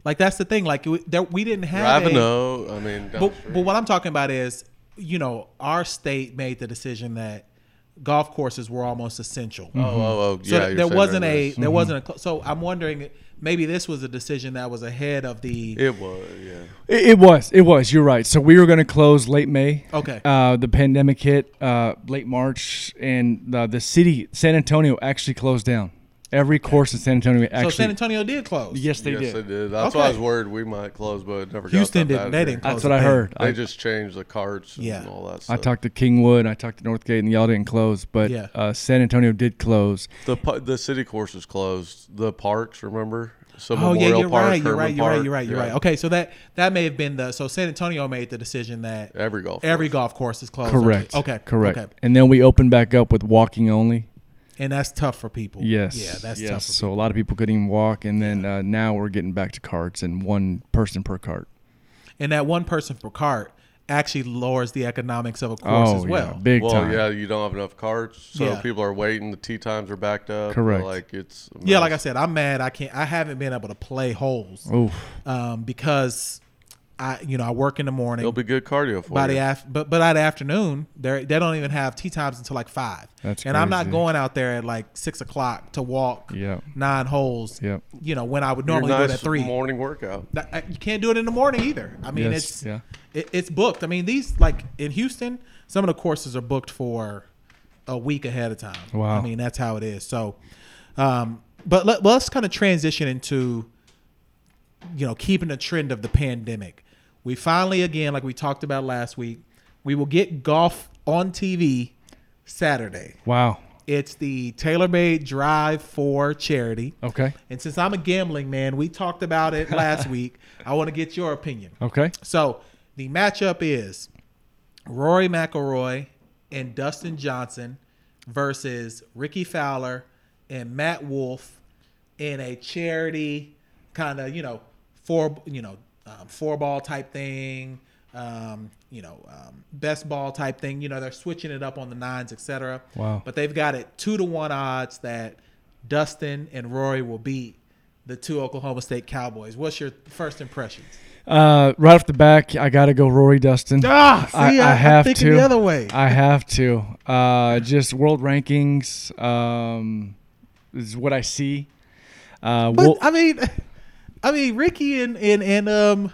[SPEAKER 1] Like that's the thing. Like it, there, we didn't have a-
[SPEAKER 2] Ravenel. I mean, down
[SPEAKER 1] but,
[SPEAKER 2] the street.
[SPEAKER 1] but what I'm talking about is, you know, our state made the decision that golf courses were almost essential.
[SPEAKER 2] oh, oh, oh,
[SPEAKER 1] So
[SPEAKER 2] yeah.
[SPEAKER 1] th-
[SPEAKER 2] you're
[SPEAKER 1] there
[SPEAKER 2] saying
[SPEAKER 1] wasn't
[SPEAKER 2] there
[SPEAKER 1] a
[SPEAKER 2] is. Mm-hmm.
[SPEAKER 1] there wasn't a cl- so I'm wondering maybe this was a decision that was ahead of the
[SPEAKER 2] It was yeah.
[SPEAKER 3] It, it was. It was. You're right. So we were going to close late May.
[SPEAKER 1] Okay.
[SPEAKER 3] Uh, the pandemic hit uh, late March, and uh, the city, San Antonio, actually closed down. Every course in San Antonio
[SPEAKER 1] so
[SPEAKER 3] actually.
[SPEAKER 1] San Antonio did close.
[SPEAKER 3] yes, they
[SPEAKER 2] yes,
[SPEAKER 3] did.
[SPEAKER 2] they did. That's why I
[SPEAKER 1] Okay.
[SPEAKER 2] was worried we might close, but it never.
[SPEAKER 1] Houston
[SPEAKER 2] got that
[SPEAKER 1] didn't.
[SPEAKER 2] bad
[SPEAKER 1] They
[SPEAKER 2] here.
[SPEAKER 1] didn't. Close
[SPEAKER 3] That's what I
[SPEAKER 1] the
[SPEAKER 3] heard.
[SPEAKER 2] They
[SPEAKER 3] I,
[SPEAKER 2] just changed the carts and
[SPEAKER 1] Yeah.
[SPEAKER 2] all that
[SPEAKER 3] I
[SPEAKER 2] stuff.
[SPEAKER 3] talked to Kingwood. I talked to Northgate, and y'all didn't close, but
[SPEAKER 1] Yeah.
[SPEAKER 3] uh, San Antonio did close.
[SPEAKER 2] The pa- the city course is closed. The parks, remember? So
[SPEAKER 1] Oh yeah,
[SPEAKER 2] Memorial
[SPEAKER 1] you're
[SPEAKER 2] Park,
[SPEAKER 1] right. You're
[SPEAKER 2] Herman
[SPEAKER 1] right. You're right.
[SPEAKER 2] Park,
[SPEAKER 1] You're right. You're
[SPEAKER 2] yeah.
[SPEAKER 1] right. Okay, so that that may have been the so San Antonio made the decision that
[SPEAKER 2] Every golf.
[SPEAKER 1] every
[SPEAKER 2] course.
[SPEAKER 1] golf course is closed.
[SPEAKER 3] Correct.
[SPEAKER 1] Okay.
[SPEAKER 3] Correct.
[SPEAKER 1] Okay.
[SPEAKER 3] And then we opened back up with walking only.
[SPEAKER 1] And that's tough for people.
[SPEAKER 3] Yes.
[SPEAKER 1] Yeah, that's
[SPEAKER 3] yes.
[SPEAKER 1] tough. For
[SPEAKER 3] So a lot of people couldn't even walk, and then uh, now we're getting back to carts and one person per cart.
[SPEAKER 1] and that one person per cart actually lowers the economics of a course as well.
[SPEAKER 3] Oh, yeah, big
[SPEAKER 2] Well,
[SPEAKER 3] time.
[SPEAKER 2] yeah, you don't have enough carts, so
[SPEAKER 1] Yeah.
[SPEAKER 2] people are waiting. The tee times are backed up.
[SPEAKER 3] Correct.
[SPEAKER 2] Like it's a
[SPEAKER 1] Yeah, like I
[SPEAKER 2] mess.
[SPEAKER 1] said, I'm mad. I can't. I haven't been able to play holes
[SPEAKER 3] Oof.
[SPEAKER 1] um, because I, you know, I work in the morning.
[SPEAKER 2] it'll be good cardio for
[SPEAKER 1] by
[SPEAKER 2] you.
[SPEAKER 1] the af- but but by the afternoon, they they don't even have tea times until like five.
[SPEAKER 3] That's
[SPEAKER 1] and I'm not
[SPEAKER 3] crazy.
[SPEAKER 1] going out there at like six o'clock to walk
[SPEAKER 3] Yep.
[SPEAKER 1] nine holes.
[SPEAKER 3] Yep.
[SPEAKER 1] You know when I would
[SPEAKER 2] Your
[SPEAKER 1] normally do it at
[SPEAKER 2] nice
[SPEAKER 1] three.
[SPEAKER 2] morning workout.
[SPEAKER 1] That- I- you can't do it in the morning either. I mean,
[SPEAKER 3] Yes,
[SPEAKER 1] it's
[SPEAKER 3] yeah.
[SPEAKER 1] it, it's booked. I mean, these like in Houston, some of the courses are booked for a week ahead of time.
[SPEAKER 3] Wow.
[SPEAKER 1] I mean, that's how it is. So, um, but let, let's kind of transition into you know keeping the trend of the pandemic. We finally, again, like we talked about last week, we will get golf on TV Saturday.
[SPEAKER 3] Wow.
[SPEAKER 1] It's the TaylorMade Drive for charity.
[SPEAKER 3] Okay.
[SPEAKER 1] And since I'm a gambling man, we talked about it last week. I want to get your opinion.
[SPEAKER 3] Okay.
[SPEAKER 1] So the matchup is Rory McIlroy and Dustin Johnson versus Ricky Fowler and Matt Wolf in a charity kind of you know four you know um, four ball type thing. Um, you know, um, best ball type thing. You know, they're switching it up on the nines, etc.
[SPEAKER 3] Wow.
[SPEAKER 1] But they've got it two to one odds that Dustin and Rory will beat the two Oklahoma State Cowboys. What's your first impressions?
[SPEAKER 3] Uh, right off the back, I gotta go, Rory Dustin.
[SPEAKER 1] Ah, see,
[SPEAKER 3] I, I
[SPEAKER 1] I'm
[SPEAKER 3] have
[SPEAKER 1] thinking
[SPEAKER 3] to.
[SPEAKER 1] the other way.
[SPEAKER 3] I have to. Uh, just world rankings um, is what I see. Uh,
[SPEAKER 1] but
[SPEAKER 3] Wolf-
[SPEAKER 1] I mean, <laughs> I mean, Ricky and and and um,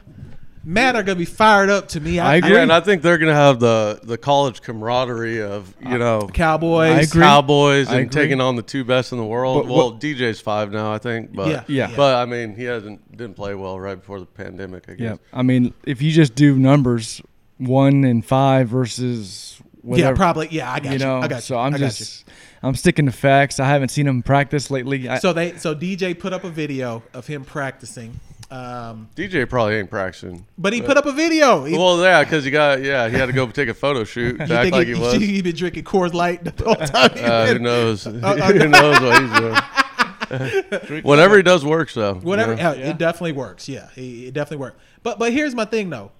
[SPEAKER 1] Matt are gonna be fired up to me.
[SPEAKER 3] I agree.
[SPEAKER 2] Yeah, and I think they're gonna have the the college camaradeagree of
[SPEAKER 1] Uh,
[SPEAKER 2] you know
[SPEAKER 1] Cowboys.
[SPEAKER 3] I agree.
[SPEAKER 2] Cowboys
[SPEAKER 3] I
[SPEAKER 2] and
[SPEAKER 3] agree.
[SPEAKER 2] taking on the two best in the world.
[SPEAKER 3] But
[SPEAKER 2] well,
[SPEAKER 3] what-
[SPEAKER 2] DJ's five now, I think. But
[SPEAKER 1] Yeah.
[SPEAKER 3] Yeah.
[SPEAKER 2] But I mean, he hasn't didn't play well right before the pandemic. I
[SPEAKER 3] Yeah,
[SPEAKER 2] guess.
[SPEAKER 3] I mean, if you just do numbers, one and five versus whatever,
[SPEAKER 1] Yeah, probably. Yeah, I got you.
[SPEAKER 3] you know.
[SPEAKER 1] I got you.
[SPEAKER 3] so I'm
[SPEAKER 1] I got you.
[SPEAKER 3] just, I'm sticking to facts. I haven't seen him practice lately. I,
[SPEAKER 1] So they so DJ put up a video of him practicing. Um,
[SPEAKER 2] DJ probably ain't practicing.
[SPEAKER 1] but he put up a video. He,
[SPEAKER 2] <laughs> Well, yeah, because he got yeah, he had to go take a photo shoot. to
[SPEAKER 1] you
[SPEAKER 2] act
[SPEAKER 1] think
[SPEAKER 2] like
[SPEAKER 1] <laughs>
[SPEAKER 2] he
[SPEAKER 1] he,
[SPEAKER 2] was.
[SPEAKER 1] he been drinking Coors Light the whole time? he
[SPEAKER 2] <laughs> Uh, who
[SPEAKER 1] been-
[SPEAKER 2] <laughs> knows?
[SPEAKER 1] uh,
[SPEAKER 2] who knows what he's
[SPEAKER 1] <laughs>
[SPEAKER 2] doing? Whatever he does works though.
[SPEAKER 1] Whatever.
[SPEAKER 2] you know?
[SPEAKER 1] hell, It definitely works. Yeah, it, it definitely works. But but here's my thing though.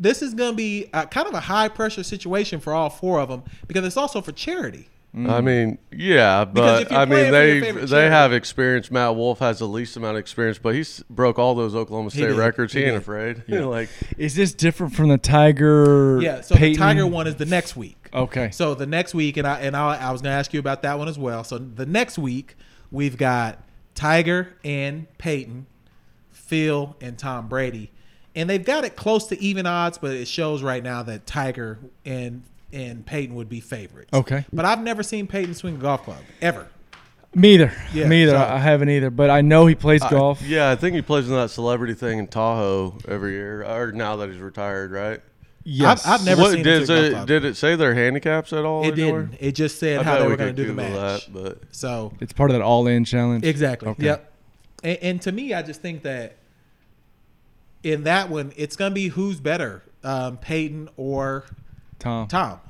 [SPEAKER 1] This is gonna be uh kind of a high pressure situation for all four of them because it's also for charity.
[SPEAKER 2] I mean, yeah,
[SPEAKER 1] Mm. Because if
[SPEAKER 2] but
[SPEAKER 1] you're
[SPEAKER 2] I
[SPEAKER 1] playing
[SPEAKER 2] mean
[SPEAKER 1] for your
[SPEAKER 2] they
[SPEAKER 1] favorite
[SPEAKER 2] they
[SPEAKER 1] charity-
[SPEAKER 2] have experience. Matt Wolf has the least amount of experience, but he's broke all those Oklahoma State
[SPEAKER 1] did.
[SPEAKER 2] records. He,
[SPEAKER 1] He
[SPEAKER 2] ain't
[SPEAKER 1] did.
[SPEAKER 2] afraid. <laughs> like
[SPEAKER 3] is this different from the Tiger?
[SPEAKER 1] Yeah. So the
[SPEAKER 3] Payton?
[SPEAKER 1] Tiger one is the next week.
[SPEAKER 3] Okay.
[SPEAKER 1] So the next week, and I and I, I was gonna ask you about that one as well. So the next week we've got Tiger and Peyton, Phil and Tom Brady, and they've got it close to even odds, but it shows right now that Tiger and and Peyton would be favorites.
[SPEAKER 3] Okay.
[SPEAKER 1] But I've never seen Peyton swing a golf club ever.
[SPEAKER 3] Me either.
[SPEAKER 1] Yeah,
[SPEAKER 3] Me either.
[SPEAKER 1] so- Uh,
[SPEAKER 3] I haven't either, but I know he plays golf.
[SPEAKER 2] yeah, I think he plays in that celebrity thing in Tahoe every year, or now that he's retired, right?
[SPEAKER 3] Yes.
[SPEAKER 1] I've never seen him
[SPEAKER 2] did,
[SPEAKER 1] take
[SPEAKER 2] it,
[SPEAKER 1] golf up.
[SPEAKER 2] did it say their handicaps at all?
[SPEAKER 1] It
[SPEAKER 2] anywhere?
[SPEAKER 1] didn't. It just said
[SPEAKER 2] I
[SPEAKER 1] how
[SPEAKER 2] bet
[SPEAKER 1] they
[SPEAKER 2] we
[SPEAKER 1] were going
[SPEAKER 2] could
[SPEAKER 1] to do the
[SPEAKER 2] Google
[SPEAKER 1] match.
[SPEAKER 2] that, but
[SPEAKER 1] So
[SPEAKER 3] it's part of that all-in challenge.
[SPEAKER 1] Exactly.
[SPEAKER 3] Okay.
[SPEAKER 1] Yep. And, and to me, I just think that in that one, it's gonna be who's better, um, Peyton or
[SPEAKER 3] Tom.
[SPEAKER 1] Tom.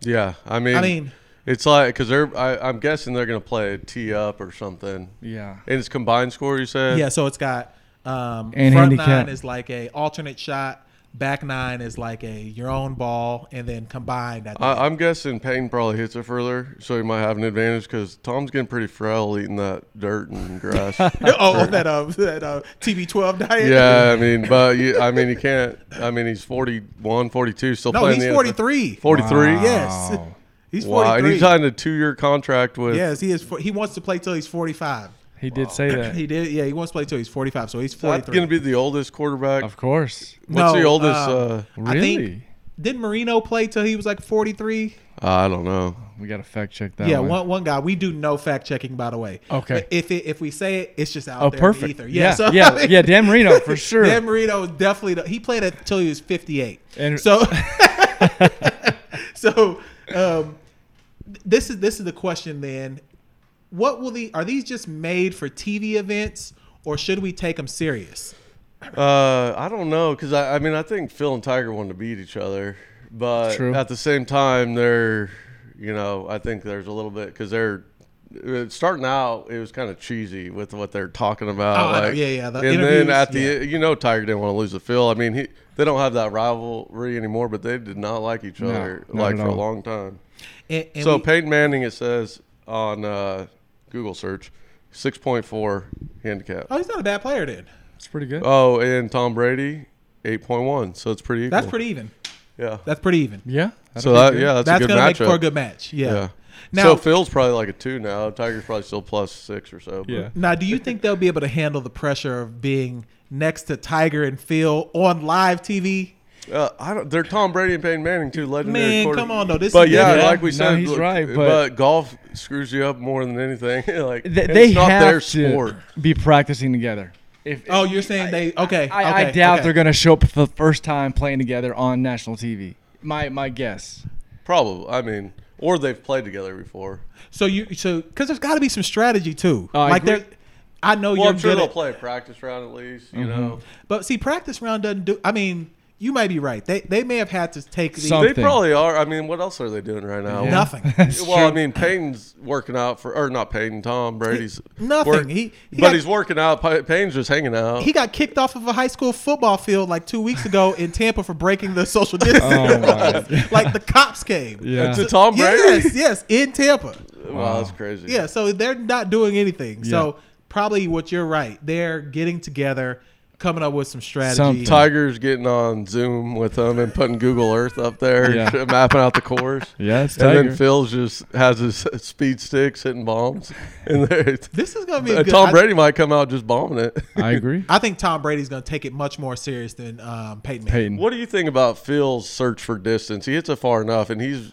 [SPEAKER 2] yeah, I mean,
[SPEAKER 1] I mean-
[SPEAKER 2] it's like because they're. I, I'm guessing they're gonna play a tee up or something.
[SPEAKER 3] Yeah.
[SPEAKER 2] And it's combined score. You said
[SPEAKER 1] Yeah. So it's got um,
[SPEAKER 3] And
[SPEAKER 1] front
[SPEAKER 3] handicap.
[SPEAKER 1] nine is like a alternate shot, back nine is like a your own ball, and then combined. At the
[SPEAKER 2] I, I'm guessing Payton probably hits it further, so he might have an advantage because Tom's getting pretty frail eating that dirt and
[SPEAKER 1] <laughs>
[SPEAKER 2] grass.
[SPEAKER 1] oh, on that uh, that uh, TB12 <laughs> diet.
[SPEAKER 2] yeah, I mean, but you, I mean, he can't. I mean, he's 41, 42, still
[SPEAKER 1] No,
[SPEAKER 2] playing.
[SPEAKER 1] he's
[SPEAKER 2] the NFL.
[SPEAKER 1] 43.
[SPEAKER 2] 43?
[SPEAKER 1] Yes.
[SPEAKER 3] Wow.
[SPEAKER 1] He's
[SPEAKER 2] Wow, and
[SPEAKER 1] 43.
[SPEAKER 2] he signed a two-year contract with.
[SPEAKER 1] yes, he is. For, he wants to play till he's 45.
[SPEAKER 3] He did say that.
[SPEAKER 1] He did. Yeah, he wants to play till he's 45. So he's 43.
[SPEAKER 2] That's going to be the oldest quarterback.
[SPEAKER 3] of course.
[SPEAKER 2] What's the oldest? Uh,
[SPEAKER 1] um, I think-
[SPEAKER 3] Really?
[SPEAKER 1] Did Marino play till he was like 43?
[SPEAKER 2] I don't know.
[SPEAKER 3] We got to fact check that.
[SPEAKER 1] yeah,
[SPEAKER 3] one.
[SPEAKER 1] one one guy. We do no fact checking, by the way.
[SPEAKER 3] Oh, Okay.
[SPEAKER 1] But if it, if we say it, it's just out
[SPEAKER 3] Oh,
[SPEAKER 1] there in
[SPEAKER 3] perfect.
[SPEAKER 1] the ether.
[SPEAKER 3] Yeah, yeah,
[SPEAKER 1] so, <laughs>
[SPEAKER 3] yeah,
[SPEAKER 1] I mean,
[SPEAKER 3] Dan Marino for sure.
[SPEAKER 1] Dan Marino was definitely the, he played it until he was 58.
[SPEAKER 3] And-
[SPEAKER 1] so
[SPEAKER 3] <laughs>
[SPEAKER 1] <laughs> so um, this is this is the question then. What will the are these just made for TV events or should we take them serious?
[SPEAKER 2] Uh, I don't know because I, I mean I think Phil and Tiger wanted to beat each other, but
[SPEAKER 3] True.
[SPEAKER 2] at the same time they're, you know, I think there's a little bit because they're uh, starting out. It was kind of cheesy with what they're talking
[SPEAKER 1] Oh,
[SPEAKER 2] about.
[SPEAKER 1] I know.
[SPEAKER 2] like-
[SPEAKER 1] Yeah, yeah, the
[SPEAKER 2] and
[SPEAKER 1] interviews,
[SPEAKER 2] then at the e,
[SPEAKER 1] yeah.
[SPEAKER 2] you know Tiger didn't want to lose to Phil. I mean he they don't have that rivalry anymore, but they did not like each other
[SPEAKER 3] not
[SPEAKER 2] like
[SPEAKER 3] at
[SPEAKER 2] for a
[SPEAKER 3] all.
[SPEAKER 2] long time.
[SPEAKER 1] And, and
[SPEAKER 2] so
[SPEAKER 1] we-
[SPEAKER 2] Peyton Manning it says on uh, Google search, six point four handicap.
[SPEAKER 1] oh, he's not a bad player then.
[SPEAKER 3] It's pretty good.
[SPEAKER 2] Oh, and Tom Brady, eight point one. So it's pretty. Equal.
[SPEAKER 1] That's pretty even.
[SPEAKER 2] Yeah.
[SPEAKER 1] That's pretty even.
[SPEAKER 3] yeah. that'll
[SPEAKER 2] so
[SPEAKER 3] be
[SPEAKER 2] that
[SPEAKER 3] good.
[SPEAKER 2] yeah, that's,
[SPEAKER 1] That's
[SPEAKER 2] a good
[SPEAKER 1] gonna make
[SPEAKER 2] matchup.
[SPEAKER 1] for a good match. Yeah.
[SPEAKER 2] yeah.
[SPEAKER 1] Now,
[SPEAKER 2] so Phil's probably like a two now. Tiger's probably still plus six or so. but-
[SPEAKER 3] Yeah.
[SPEAKER 1] now, do you think they'll be able to handle the pressure of being next to Tiger and Phil on live TV?
[SPEAKER 2] Uh, I don't, they're Tom Brady and Peyton Manning, two legendary.
[SPEAKER 1] Man,
[SPEAKER 2] quarter-
[SPEAKER 1] come on, though. This
[SPEAKER 2] but
[SPEAKER 1] is-
[SPEAKER 2] yeah,
[SPEAKER 1] Yeah.
[SPEAKER 2] like we
[SPEAKER 3] No,
[SPEAKER 2] said,
[SPEAKER 3] he's
[SPEAKER 2] look,
[SPEAKER 3] right,
[SPEAKER 2] But,
[SPEAKER 3] but-
[SPEAKER 2] golf screws you up more than anything. <laughs> like
[SPEAKER 3] They,
[SPEAKER 2] it's
[SPEAKER 3] they
[SPEAKER 2] not
[SPEAKER 3] have
[SPEAKER 2] their
[SPEAKER 3] to
[SPEAKER 2] sport.
[SPEAKER 3] be practicing together. If,
[SPEAKER 1] Oh, you're saying they okay?
[SPEAKER 3] I,
[SPEAKER 1] okay,
[SPEAKER 3] I doubt
[SPEAKER 1] okay.
[SPEAKER 3] they're going to show up for the first time playing together on national TV. My my guess.
[SPEAKER 2] Probably. I mean, or they've played together before.
[SPEAKER 1] So you so because there's got to be some strategy too.
[SPEAKER 3] Oh, I
[SPEAKER 1] like
[SPEAKER 3] agree.
[SPEAKER 1] there, I know
[SPEAKER 2] Well,
[SPEAKER 1] you're
[SPEAKER 2] I'm sure
[SPEAKER 1] good
[SPEAKER 2] they'll
[SPEAKER 1] at-
[SPEAKER 2] play a practice round at least.
[SPEAKER 3] Mm-hmm.
[SPEAKER 2] You know,
[SPEAKER 1] but see, practice round doesn't do. I mean, you might be right. They they may have had to take the,
[SPEAKER 3] Some-
[SPEAKER 2] they
[SPEAKER 3] Something.
[SPEAKER 2] probably are. I mean, what else are they doing right now?
[SPEAKER 3] <laughs>
[SPEAKER 1] nothing.
[SPEAKER 2] well, I mean, Payton's working out for, or not Payton, Tom Brady's
[SPEAKER 1] <laughs> Nothing.
[SPEAKER 2] work-
[SPEAKER 1] He- he
[SPEAKER 2] but
[SPEAKER 1] got-
[SPEAKER 2] he's working out. Pa- Payton's just hanging out.
[SPEAKER 1] he got kicked off of a high school football field like two weeks ago in Tampa for breaking the social distancing
[SPEAKER 3] Oh, my. <laughs>
[SPEAKER 1] rules. <laughs> Like the cops came.
[SPEAKER 3] Yeah.
[SPEAKER 2] To <laughs> Tom Brady?
[SPEAKER 1] Yes, yes, in Tampa.
[SPEAKER 2] wow, that's crazy.
[SPEAKER 1] Yeah, so they're not doing anything. So probably what you're right. They're getting together coming up with some strategy.
[SPEAKER 3] Something.
[SPEAKER 2] Tiger's getting on Zoom with them and putting Google Earth up there,
[SPEAKER 3] Yeah.
[SPEAKER 2] <laughs> mapping out the course.
[SPEAKER 3] Yeah, it's
[SPEAKER 2] and
[SPEAKER 3] Tiger.
[SPEAKER 2] then Phil's just has his <laughs> speed sticks hitting bombs, and
[SPEAKER 1] <laughs>
[SPEAKER 2] there-
[SPEAKER 1] This is gonna be a
[SPEAKER 2] uh,
[SPEAKER 1] good.
[SPEAKER 2] Tom
[SPEAKER 1] I-
[SPEAKER 2] Brady might come out just bombing it. <laughs>
[SPEAKER 3] I agree.
[SPEAKER 1] I, think Tom Brady's gonna take it much more serious than um, Peyton. Manning.
[SPEAKER 3] Peyton.
[SPEAKER 2] What do you think about Phil's search for distance? He hits it far enough, and he's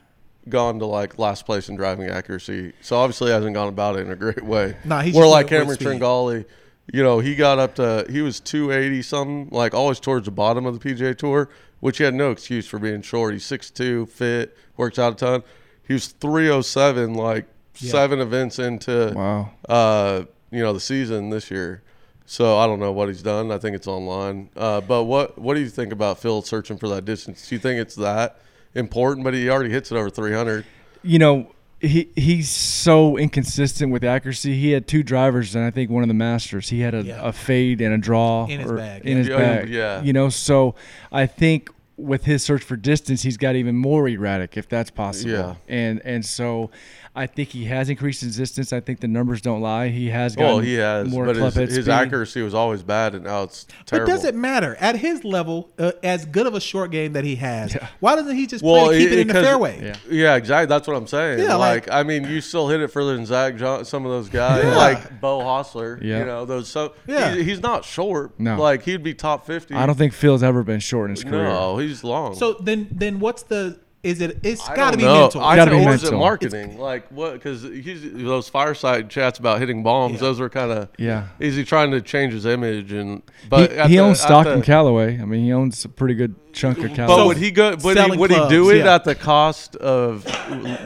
[SPEAKER 2] gone to like last place in driving accuracy. So obviously, hasn't gone about it in a great way.
[SPEAKER 1] Nah, he's
[SPEAKER 2] We're
[SPEAKER 1] just
[SPEAKER 2] like
[SPEAKER 1] doing it
[SPEAKER 2] Cameron
[SPEAKER 1] with speed.
[SPEAKER 2] Tringali. You know, he got up to he was two eighty something, like always towards the bottom of the PGA Tour, which he had no excuse for being short. He's six two, fit, works out a ton. He was three oh seven, like seven events into
[SPEAKER 3] Wow.
[SPEAKER 2] uh, you know, the season this year. So I don't know what he's done. I think it's online. Uh, but what what do you think about Phil searching for that distance? Do you think it's that important? But he already hits it over 300.
[SPEAKER 3] you know, he he's so inconsistent with accuracy. He had two drivers, and I think one of the Masters. He had a,
[SPEAKER 1] Yeah.
[SPEAKER 3] a fade and a draw
[SPEAKER 1] In his
[SPEAKER 3] or-
[SPEAKER 1] bag,
[SPEAKER 3] In his
[SPEAKER 2] Oh, yeah.
[SPEAKER 3] bag,
[SPEAKER 2] Yeah.
[SPEAKER 3] You know, so I think with his search for distance, he's got even more erratic, if that's possible.
[SPEAKER 2] Yeah.
[SPEAKER 3] And and so I think he has increased his distance. I think the numbers don't lie. He has gotten
[SPEAKER 2] Well, he has,
[SPEAKER 3] more
[SPEAKER 2] but
[SPEAKER 3] club
[SPEAKER 2] his,
[SPEAKER 3] head
[SPEAKER 2] his
[SPEAKER 3] speed.
[SPEAKER 2] accuracy was always bad, and now it's terrible.
[SPEAKER 1] But does it matter at his level? Uh, as good of a short game that he has, why doesn't he just
[SPEAKER 2] Well,
[SPEAKER 1] play to keep
[SPEAKER 2] it-
[SPEAKER 1] it, in the
[SPEAKER 2] because-
[SPEAKER 1] fairway?
[SPEAKER 3] Yeah.
[SPEAKER 2] Yeah, exactly. That's what I'm saying.
[SPEAKER 1] Yeah,
[SPEAKER 2] like,
[SPEAKER 1] like-
[SPEAKER 2] I mean, you still hit it further than Zach John, some of those guys, like Bo Hostler.
[SPEAKER 3] Yeah.
[SPEAKER 2] You know, those. So
[SPEAKER 1] Yeah.
[SPEAKER 2] he- he's not short.
[SPEAKER 3] No.
[SPEAKER 2] like he'd be top 50.
[SPEAKER 3] I don't think Phil's ever been short in his career.
[SPEAKER 2] No, he's long.
[SPEAKER 1] So then, then what's the? Is it? It's got
[SPEAKER 2] I
[SPEAKER 1] to
[SPEAKER 2] don't
[SPEAKER 1] be
[SPEAKER 2] know.
[SPEAKER 1] mental.
[SPEAKER 2] I
[SPEAKER 3] Gotta
[SPEAKER 2] think
[SPEAKER 3] be
[SPEAKER 2] or is it
[SPEAKER 3] mental.
[SPEAKER 2] marketing? like what? Because those fireside chats about hitting bombs,
[SPEAKER 1] Yeah.
[SPEAKER 2] those were kind of
[SPEAKER 3] Yeah.
[SPEAKER 2] Is he trying to change his image and?
[SPEAKER 3] He,
[SPEAKER 2] But at
[SPEAKER 3] he
[SPEAKER 2] the-
[SPEAKER 3] owns
[SPEAKER 2] at
[SPEAKER 3] Stockton
[SPEAKER 2] the-
[SPEAKER 3] Callaway. I mean, he owns a pretty good chunk of Callaway.
[SPEAKER 2] But would he go? Would he,
[SPEAKER 1] Selling
[SPEAKER 2] would he do
[SPEAKER 1] clubs,
[SPEAKER 2] it
[SPEAKER 1] yeah.
[SPEAKER 2] at the cost of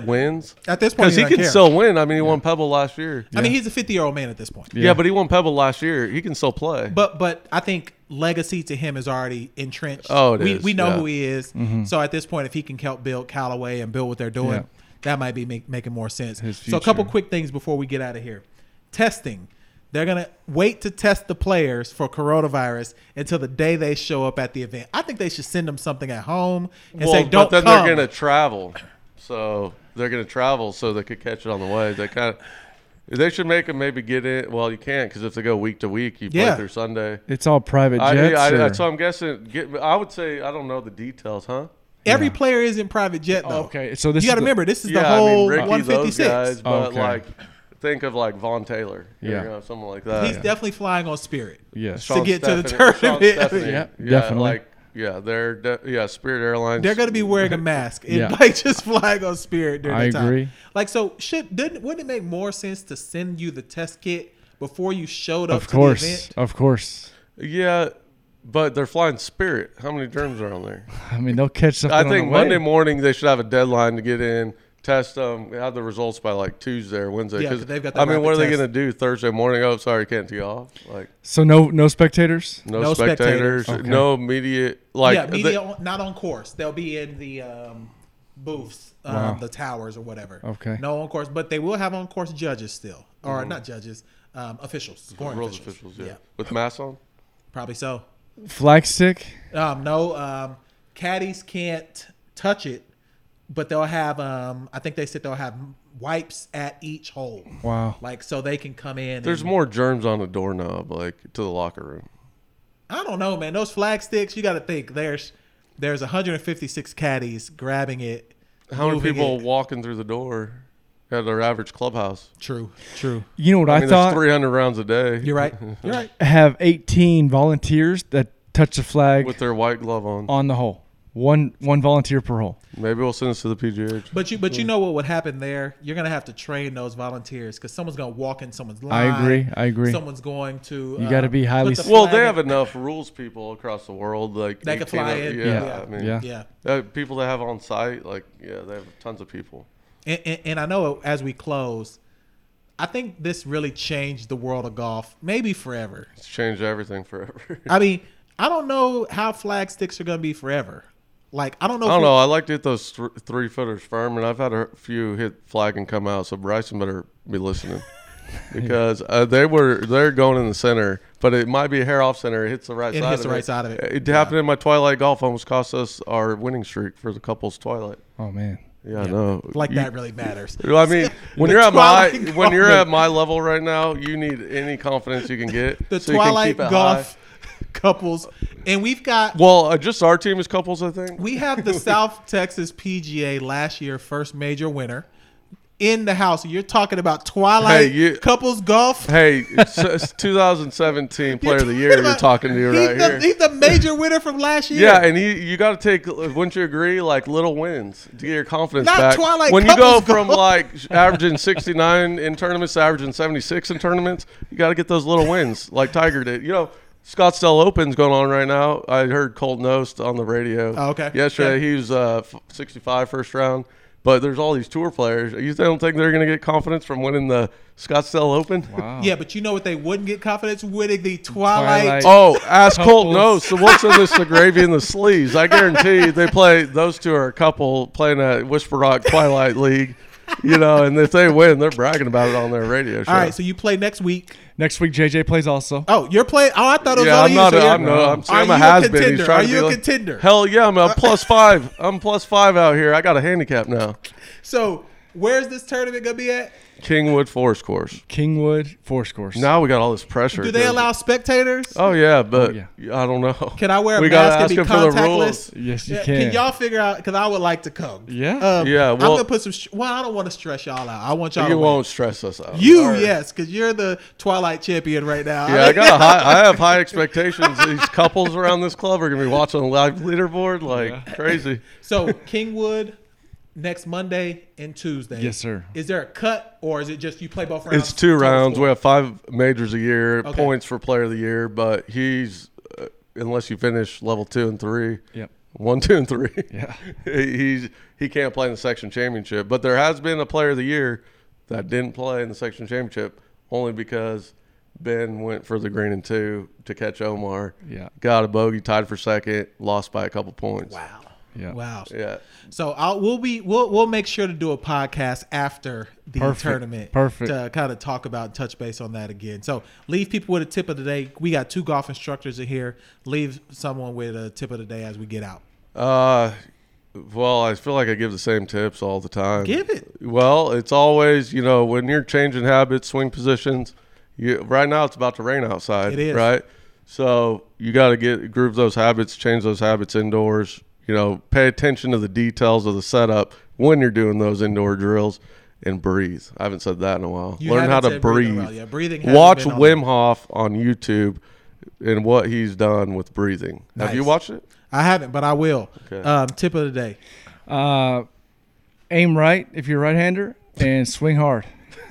[SPEAKER 2] wins?
[SPEAKER 1] At this point,
[SPEAKER 2] Because
[SPEAKER 1] he,
[SPEAKER 2] he
[SPEAKER 1] don't
[SPEAKER 2] can
[SPEAKER 1] care.
[SPEAKER 2] still win. I mean, he won Pebble last year.
[SPEAKER 1] I mean, he's a fifty-year-old man at this point.
[SPEAKER 2] Yeah. but he won Pebble last year. He can still play.
[SPEAKER 1] But but I think legacy to him is already entrenched.
[SPEAKER 2] Oh, it
[SPEAKER 1] we,
[SPEAKER 2] is,
[SPEAKER 1] we know
[SPEAKER 2] yeah. Mm-hmm.
[SPEAKER 1] who he is. So at this point, if he can help build Callaway and build what they're doing,
[SPEAKER 3] Yeah.
[SPEAKER 1] that might be make, making more sense.
[SPEAKER 3] His
[SPEAKER 1] So a couple
[SPEAKER 3] future.
[SPEAKER 1] quick things before we get out of here. Testing. They're gonna wait to test the players for coronavirus until the day they show up at the event. I think they should send them something at home and
[SPEAKER 2] well,
[SPEAKER 1] say, "Don't
[SPEAKER 2] but then
[SPEAKER 1] come."
[SPEAKER 2] they're going to travel, so they're going to travel so they could catch it on the way. They kind of they should make them maybe get it. Well, you can't because if they go week to week, you
[SPEAKER 1] Yeah.
[SPEAKER 2] play through Sunday.
[SPEAKER 3] It's all private
[SPEAKER 2] I,
[SPEAKER 3] jets.
[SPEAKER 2] I, I,
[SPEAKER 3] or-
[SPEAKER 2] so I'm guessing. Get, I would say I don't know the details, huh?
[SPEAKER 1] Every player is in private jet though.
[SPEAKER 3] okay, so this
[SPEAKER 1] you got to
[SPEAKER 3] is the-
[SPEAKER 1] remember this is the
[SPEAKER 2] yeah, I
[SPEAKER 1] whole
[SPEAKER 2] mean Ricky, those
[SPEAKER 1] 156.
[SPEAKER 2] guys, but
[SPEAKER 3] Oh, Okay.
[SPEAKER 2] like think of like Von Taylor, you
[SPEAKER 3] Yeah.
[SPEAKER 2] know, something like that.
[SPEAKER 1] He's definitely flying on Spirit.
[SPEAKER 3] yes.
[SPEAKER 1] to get to the
[SPEAKER 2] Stephanie- Sean
[SPEAKER 1] tournament.
[SPEAKER 2] Stephanie.
[SPEAKER 3] Yeah,
[SPEAKER 2] yeah,
[SPEAKER 3] definitely.
[SPEAKER 2] Like yeah, they're de- yeah Spirit Airlines.
[SPEAKER 1] They're gonna be wearing a mask and
[SPEAKER 3] Yeah.
[SPEAKER 1] like just flying on spirit during
[SPEAKER 3] I
[SPEAKER 1] that time.
[SPEAKER 3] agree.
[SPEAKER 1] Like so should didn't wouldn't it make more sense to send you the test kit before you showed up
[SPEAKER 3] Of
[SPEAKER 1] to the
[SPEAKER 3] course,
[SPEAKER 1] event?
[SPEAKER 3] of course.
[SPEAKER 2] yeah, but they're flying Spirit. How many germs are on there?
[SPEAKER 3] I mean, they'll catch something.
[SPEAKER 2] I
[SPEAKER 3] on the
[SPEAKER 2] think
[SPEAKER 3] way.
[SPEAKER 2] Monday morning they should have a deadline to get in, test them, have the results by like Tuesday or Wednesday.
[SPEAKER 1] Yeah,
[SPEAKER 2] 'cause,
[SPEAKER 1] 'cause they've got the
[SPEAKER 2] I mean, what
[SPEAKER 1] rapid
[SPEAKER 2] are they
[SPEAKER 1] test.
[SPEAKER 2] going to do Thursday morning? Oh, sorry, can't tee off. Like
[SPEAKER 3] So no, no spectators.
[SPEAKER 2] no,
[SPEAKER 1] No
[SPEAKER 2] spectators,
[SPEAKER 1] spectators.
[SPEAKER 3] Okay.
[SPEAKER 2] no media. Like
[SPEAKER 1] yeah,
[SPEAKER 2] they-
[SPEAKER 1] media on, not on course. They'll be in the um, booths, um,
[SPEAKER 3] Wow.
[SPEAKER 1] the towers or whatever.
[SPEAKER 3] Okay. Mm-hmm.
[SPEAKER 1] No on course, but they will have on course judges still, or not judges, um, officials, scoring
[SPEAKER 2] rules
[SPEAKER 1] officials.
[SPEAKER 2] officials. Yeah. with masks on.
[SPEAKER 1] probably so.
[SPEAKER 3] Flag stick.
[SPEAKER 1] Um, no, um, caddies can't touch it, but they'll have. Um, I think they said they'll have wipes at each hole.
[SPEAKER 3] Wow.
[SPEAKER 1] Like so they can come in.
[SPEAKER 2] There's
[SPEAKER 1] and-
[SPEAKER 2] more germs on a doorknob, like to the locker room.
[SPEAKER 1] I don't know, man. Those flag sticks. You got to think. There's there's 156 caddies grabbing it.
[SPEAKER 2] How many
[SPEAKER 1] moving
[SPEAKER 2] people
[SPEAKER 1] it.
[SPEAKER 2] walking through the door at our average clubhouse?
[SPEAKER 1] True. True.
[SPEAKER 3] You know what I,
[SPEAKER 2] I mean, there's
[SPEAKER 3] thought?
[SPEAKER 2] 300 rounds a day.
[SPEAKER 1] You're
[SPEAKER 2] <laughs>
[SPEAKER 1] right. You're right.
[SPEAKER 3] Have 18 volunteers that touch the flag
[SPEAKER 2] With their white glove on.
[SPEAKER 1] Uh,
[SPEAKER 3] on the hole. One one volunteer per hole.
[SPEAKER 2] Maybe we'll send this to the PGA.
[SPEAKER 1] But you but you know what would happen there? You're gonna have to train those volunteers because someone's gonna walk in someone's
[SPEAKER 3] I
[SPEAKER 1] line.
[SPEAKER 3] agree, I agree.
[SPEAKER 1] Someone's going to.
[SPEAKER 3] You gotta
[SPEAKER 1] um,
[SPEAKER 3] be
[SPEAKER 1] put
[SPEAKER 3] highly
[SPEAKER 1] the
[SPEAKER 3] skilled.
[SPEAKER 2] Well,
[SPEAKER 1] flag
[SPEAKER 2] they have
[SPEAKER 1] in-
[SPEAKER 2] enough rules people across the world. Like
[SPEAKER 1] They can
[SPEAKER 2] 18
[SPEAKER 1] fly
[SPEAKER 2] of-
[SPEAKER 1] in.
[SPEAKER 2] Yeah,
[SPEAKER 1] Yeah.
[SPEAKER 2] I mean,
[SPEAKER 3] Yeah.
[SPEAKER 1] Yeah.
[SPEAKER 2] uh, people that have on site, like yeah, they have tons of people.
[SPEAKER 1] And, and, and I know as we close, I think this really changed the world of golf, maybe forever.
[SPEAKER 2] It's changed everything forever. <laughs>
[SPEAKER 1] I mean, I don't know how flag sticks are going to be forever. Like, I don't know.
[SPEAKER 2] I don't
[SPEAKER 1] we-
[SPEAKER 2] know. I like to hit those th- three footers firm, and I've had a few hit flag and come out. So Bryson better be listening because uh, they were they're going in the center, but it might be a hair off center. It hits the right
[SPEAKER 1] It
[SPEAKER 2] side.
[SPEAKER 1] hits
[SPEAKER 2] of
[SPEAKER 1] the right side of it.
[SPEAKER 2] It happened in my twilight golf. Almost cost us our winning streak for the couples twilight.
[SPEAKER 3] Oh man.
[SPEAKER 2] Yeah, I know.
[SPEAKER 1] Like
[SPEAKER 2] You-
[SPEAKER 1] that really
[SPEAKER 2] <laughs>
[SPEAKER 1] matters.
[SPEAKER 2] Well,
[SPEAKER 1] <laughs>
[SPEAKER 2] I mean, when
[SPEAKER 1] The
[SPEAKER 2] you're at my
[SPEAKER 1] Twilight
[SPEAKER 2] when you're
[SPEAKER 1] Golf.
[SPEAKER 2] at my level right now, you need any confidence you can get.
[SPEAKER 1] <laughs> The
[SPEAKER 2] so you can
[SPEAKER 1] Twilight
[SPEAKER 2] keep it
[SPEAKER 1] Golf <laughs> couples, and we've got
[SPEAKER 2] Well, uh, just our team is couples, I think.
[SPEAKER 1] we have the
[SPEAKER 2] <laughs>
[SPEAKER 1] South Texas PGA last year first major winner in the house. You're talking about Twilight
[SPEAKER 2] Hey, you-
[SPEAKER 1] couples golf.
[SPEAKER 2] hey, it's, it's <laughs> 2017 Player of the Year. You're talking to
[SPEAKER 1] he's
[SPEAKER 2] right
[SPEAKER 1] the,
[SPEAKER 2] here.
[SPEAKER 1] He's the major winner from last year.
[SPEAKER 2] Yeah, and he, you got to take, wouldn't you agree, like little wins to get your confidence
[SPEAKER 1] Not
[SPEAKER 2] back.
[SPEAKER 1] Twilight
[SPEAKER 2] when you go
[SPEAKER 1] couples
[SPEAKER 2] from
[SPEAKER 1] goal.
[SPEAKER 2] like averaging 69 in tournaments to averaging 76 in tournaments, you got to get those little wins like Tiger did. You know, Scottsdale Open's going on right now. I heard Colton Ost on the radio.
[SPEAKER 1] Oh, okay.
[SPEAKER 2] Yesterday, he was uh, f- 65 first round. But there's all these tour players. You don't think they're going to get confidence from winning the Scottsdale Open?
[SPEAKER 3] Wow.
[SPEAKER 1] Yeah, but you know what they wouldn't get confidence winning the Twilight.
[SPEAKER 3] Twilight.
[SPEAKER 2] Oh, ask Colt
[SPEAKER 3] Couples.
[SPEAKER 2] knows. So what's in this the gravy and the sleeves? I guarantee you they play those two are a couple playing at Whisper Rock Twilight League. You know, and if they win, they're bragging about it on their radio show.
[SPEAKER 1] All right, so you play next week.
[SPEAKER 3] Next week, JJ plays also.
[SPEAKER 1] Oh, you're playing. Oh, I thought it was
[SPEAKER 2] yeah,
[SPEAKER 1] all
[SPEAKER 2] I'm
[SPEAKER 1] you.
[SPEAKER 2] not.
[SPEAKER 1] so
[SPEAKER 2] A,
[SPEAKER 1] you're-
[SPEAKER 2] I'm not. I'm,
[SPEAKER 1] Are
[SPEAKER 2] I'm
[SPEAKER 1] you
[SPEAKER 2] a
[SPEAKER 1] a
[SPEAKER 2] has been. He's
[SPEAKER 1] contender?
[SPEAKER 2] trying
[SPEAKER 1] Are
[SPEAKER 2] to
[SPEAKER 1] you
[SPEAKER 2] be
[SPEAKER 1] a
[SPEAKER 2] like-
[SPEAKER 1] contender? Uh,
[SPEAKER 2] Hell yeah! I'm a plus five. I'm plus five out here. I got a handicap now.
[SPEAKER 1] So where's this tournament gonna be at?
[SPEAKER 2] Kingwood Forest Course.
[SPEAKER 3] Kingwood, four scores.
[SPEAKER 2] Now we got all this pressure.
[SPEAKER 1] Do they
[SPEAKER 2] dude.
[SPEAKER 1] allow spectators?
[SPEAKER 2] Oh yeah, but
[SPEAKER 3] Oh,
[SPEAKER 2] I don't know.
[SPEAKER 1] Can I wear a
[SPEAKER 2] We gotta
[SPEAKER 1] mask and be
[SPEAKER 2] ask him for the
[SPEAKER 1] contactless?
[SPEAKER 2] rules.
[SPEAKER 3] Yes, you
[SPEAKER 1] Yeah,
[SPEAKER 3] can.
[SPEAKER 1] can y'all figure out? Because I would like to come.
[SPEAKER 3] Yeah.
[SPEAKER 1] Um,
[SPEAKER 2] Yeah,
[SPEAKER 1] I'm
[SPEAKER 2] well-
[SPEAKER 1] gonna put some. sh- Well, I don't want to stress y'all out. I want y'all. to
[SPEAKER 2] You
[SPEAKER 1] win.
[SPEAKER 2] won't stress us out.
[SPEAKER 1] You
[SPEAKER 2] All right.
[SPEAKER 1] yes, because you're the Twilight champion right now.
[SPEAKER 2] Yeah, I got a high. I have high expectations. These couples around this club are gonna be watching the live leaderboard like
[SPEAKER 3] <laughs>
[SPEAKER 2] crazy.
[SPEAKER 1] so Kingwood next Monday and Tuesday.
[SPEAKER 3] Yes, sir.
[SPEAKER 1] Is there a cut or is it just you play both rounds?
[SPEAKER 2] It's two
[SPEAKER 1] total
[SPEAKER 2] rounds. We
[SPEAKER 1] score?
[SPEAKER 2] have five majors a year.
[SPEAKER 1] Okay.
[SPEAKER 2] Points for player of the year, but he's uh, unless you finish level two and three.
[SPEAKER 3] Yep.
[SPEAKER 2] One, two, and three.
[SPEAKER 3] Yeah.
[SPEAKER 2] He- <laughs> he's he can't play in the section championship. But there has been a player of the year that didn't play in the section championship only because Ben went for the green and two to catch Omar.
[SPEAKER 3] Yeah.
[SPEAKER 2] Got a bogey, tied for second, lost by a couple points.
[SPEAKER 1] Wow.
[SPEAKER 3] Yeah.
[SPEAKER 1] Wow.
[SPEAKER 2] Yeah.
[SPEAKER 1] So I'll, we'll be we'll we'll make sure to do a podcast after the
[SPEAKER 3] Perfect.
[SPEAKER 1] tournament,
[SPEAKER 3] Perfect.
[SPEAKER 1] to kind of talk about touch base on that again. So leave people with a tip of the day. We got two golf instructors in here. Leave someone with a tip of the day as we get out.
[SPEAKER 2] Uh, well, I feel like I give the same tips all the time.
[SPEAKER 1] Give it.
[SPEAKER 2] Well, it's always you know when you're changing habits, swing positions. You right now it's about to rain outside.
[SPEAKER 1] It is.
[SPEAKER 2] right. So you got to get groove those habits, change those habits indoors. You know, pay attention to the details of the setup when you're doing those indoor drills, and breathe. I haven't said that in a while.
[SPEAKER 1] You
[SPEAKER 2] Learn how
[SPEAKER 1] haven't
[SPEAKER 2] to
[SPEAKER 1] said breathe in a
[SPEAKER 2] breathe.
[SPEAKER 1] while. Yeah, breathing hasn't
[SPEAKER 2] Watch
[SPEAKER 1] been on
[SPEAKER 2] Wim Hof on YouTube, and what he's done with breathing. Have you
[SPEAKER 1] Nice.
[SPEAKER 2] watched it?
[SPEAKER 1] I haven't, but I will.
[SPEAKER 2] Okay.
[SPEAKER 1] Um, tip of the day.
[SPEAKER 3] Uh, aim right if you're right-hander and
[SPEAKER 2] <laughs>
[SPEAKER 3] swing hard.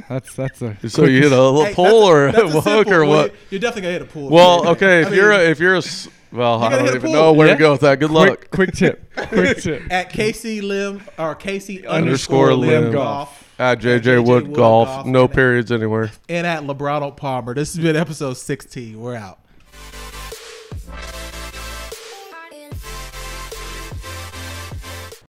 [SPEAKER 3] That's that's a
[SPEAKER 2] So you hit a little
[SPEAKER 1] Hey,
[SPEAKER 2] pull or
[SPEAKER 1] that's a-
[SPEAKER 2] a
[SPEAKER 1] that's a
[SPEAKER 2] hook
[SPEAKER 1] simple-
[SPEAKER 2] or
[SPEAKER 1] well,
[SPEAKER 2] what?
[SPEAKER 1] you- You're definitely gonna hit a pool.
[SPEAKER 2] Well, okay,
[SPEAKER 1] <laughs>
[SPEAKER 2] if
[SPEAKER 1] I
[SPEAKER 2] you're a,
[SPEAKER 1] mean,
[SPEAKER 2] if you're a s- well, I
[SPEAKER 1] gotta
[SPEAKER 2] don't
[SPEAKER 1] hit a
[SPEAKER 2] even
[SPEAKER 1] pool.
[SPEAKER 2] know where
[SPEAKER 3] Yeah.
[SPEAKER 2] to go with that. Good
[SPEAKER 3] quick,
[SPEAKER 2] luck.
[SPEAKER 3] quick tip. Quick tip.
[SPEAKER 1] at KC Lim or KC
[SPEAKER 3] Underscore
[SPEAKER 1] underscore Lim
[SPEAKER 2] Lim
[SPEAKER 1] Golf
[SPEAKER 2] At JJ,
[SPEAKER 1] JJ
[SPEAKER 2] Wood,
[SPEAKER 1] Wood
[SPEAKER 2] golf,
[SPEAKER 1] Golf.
[SPEAKER 2] no periods anywhere.
[SPEAKER 1] and at Lebrano Palmer. This has been episode 16. We're out.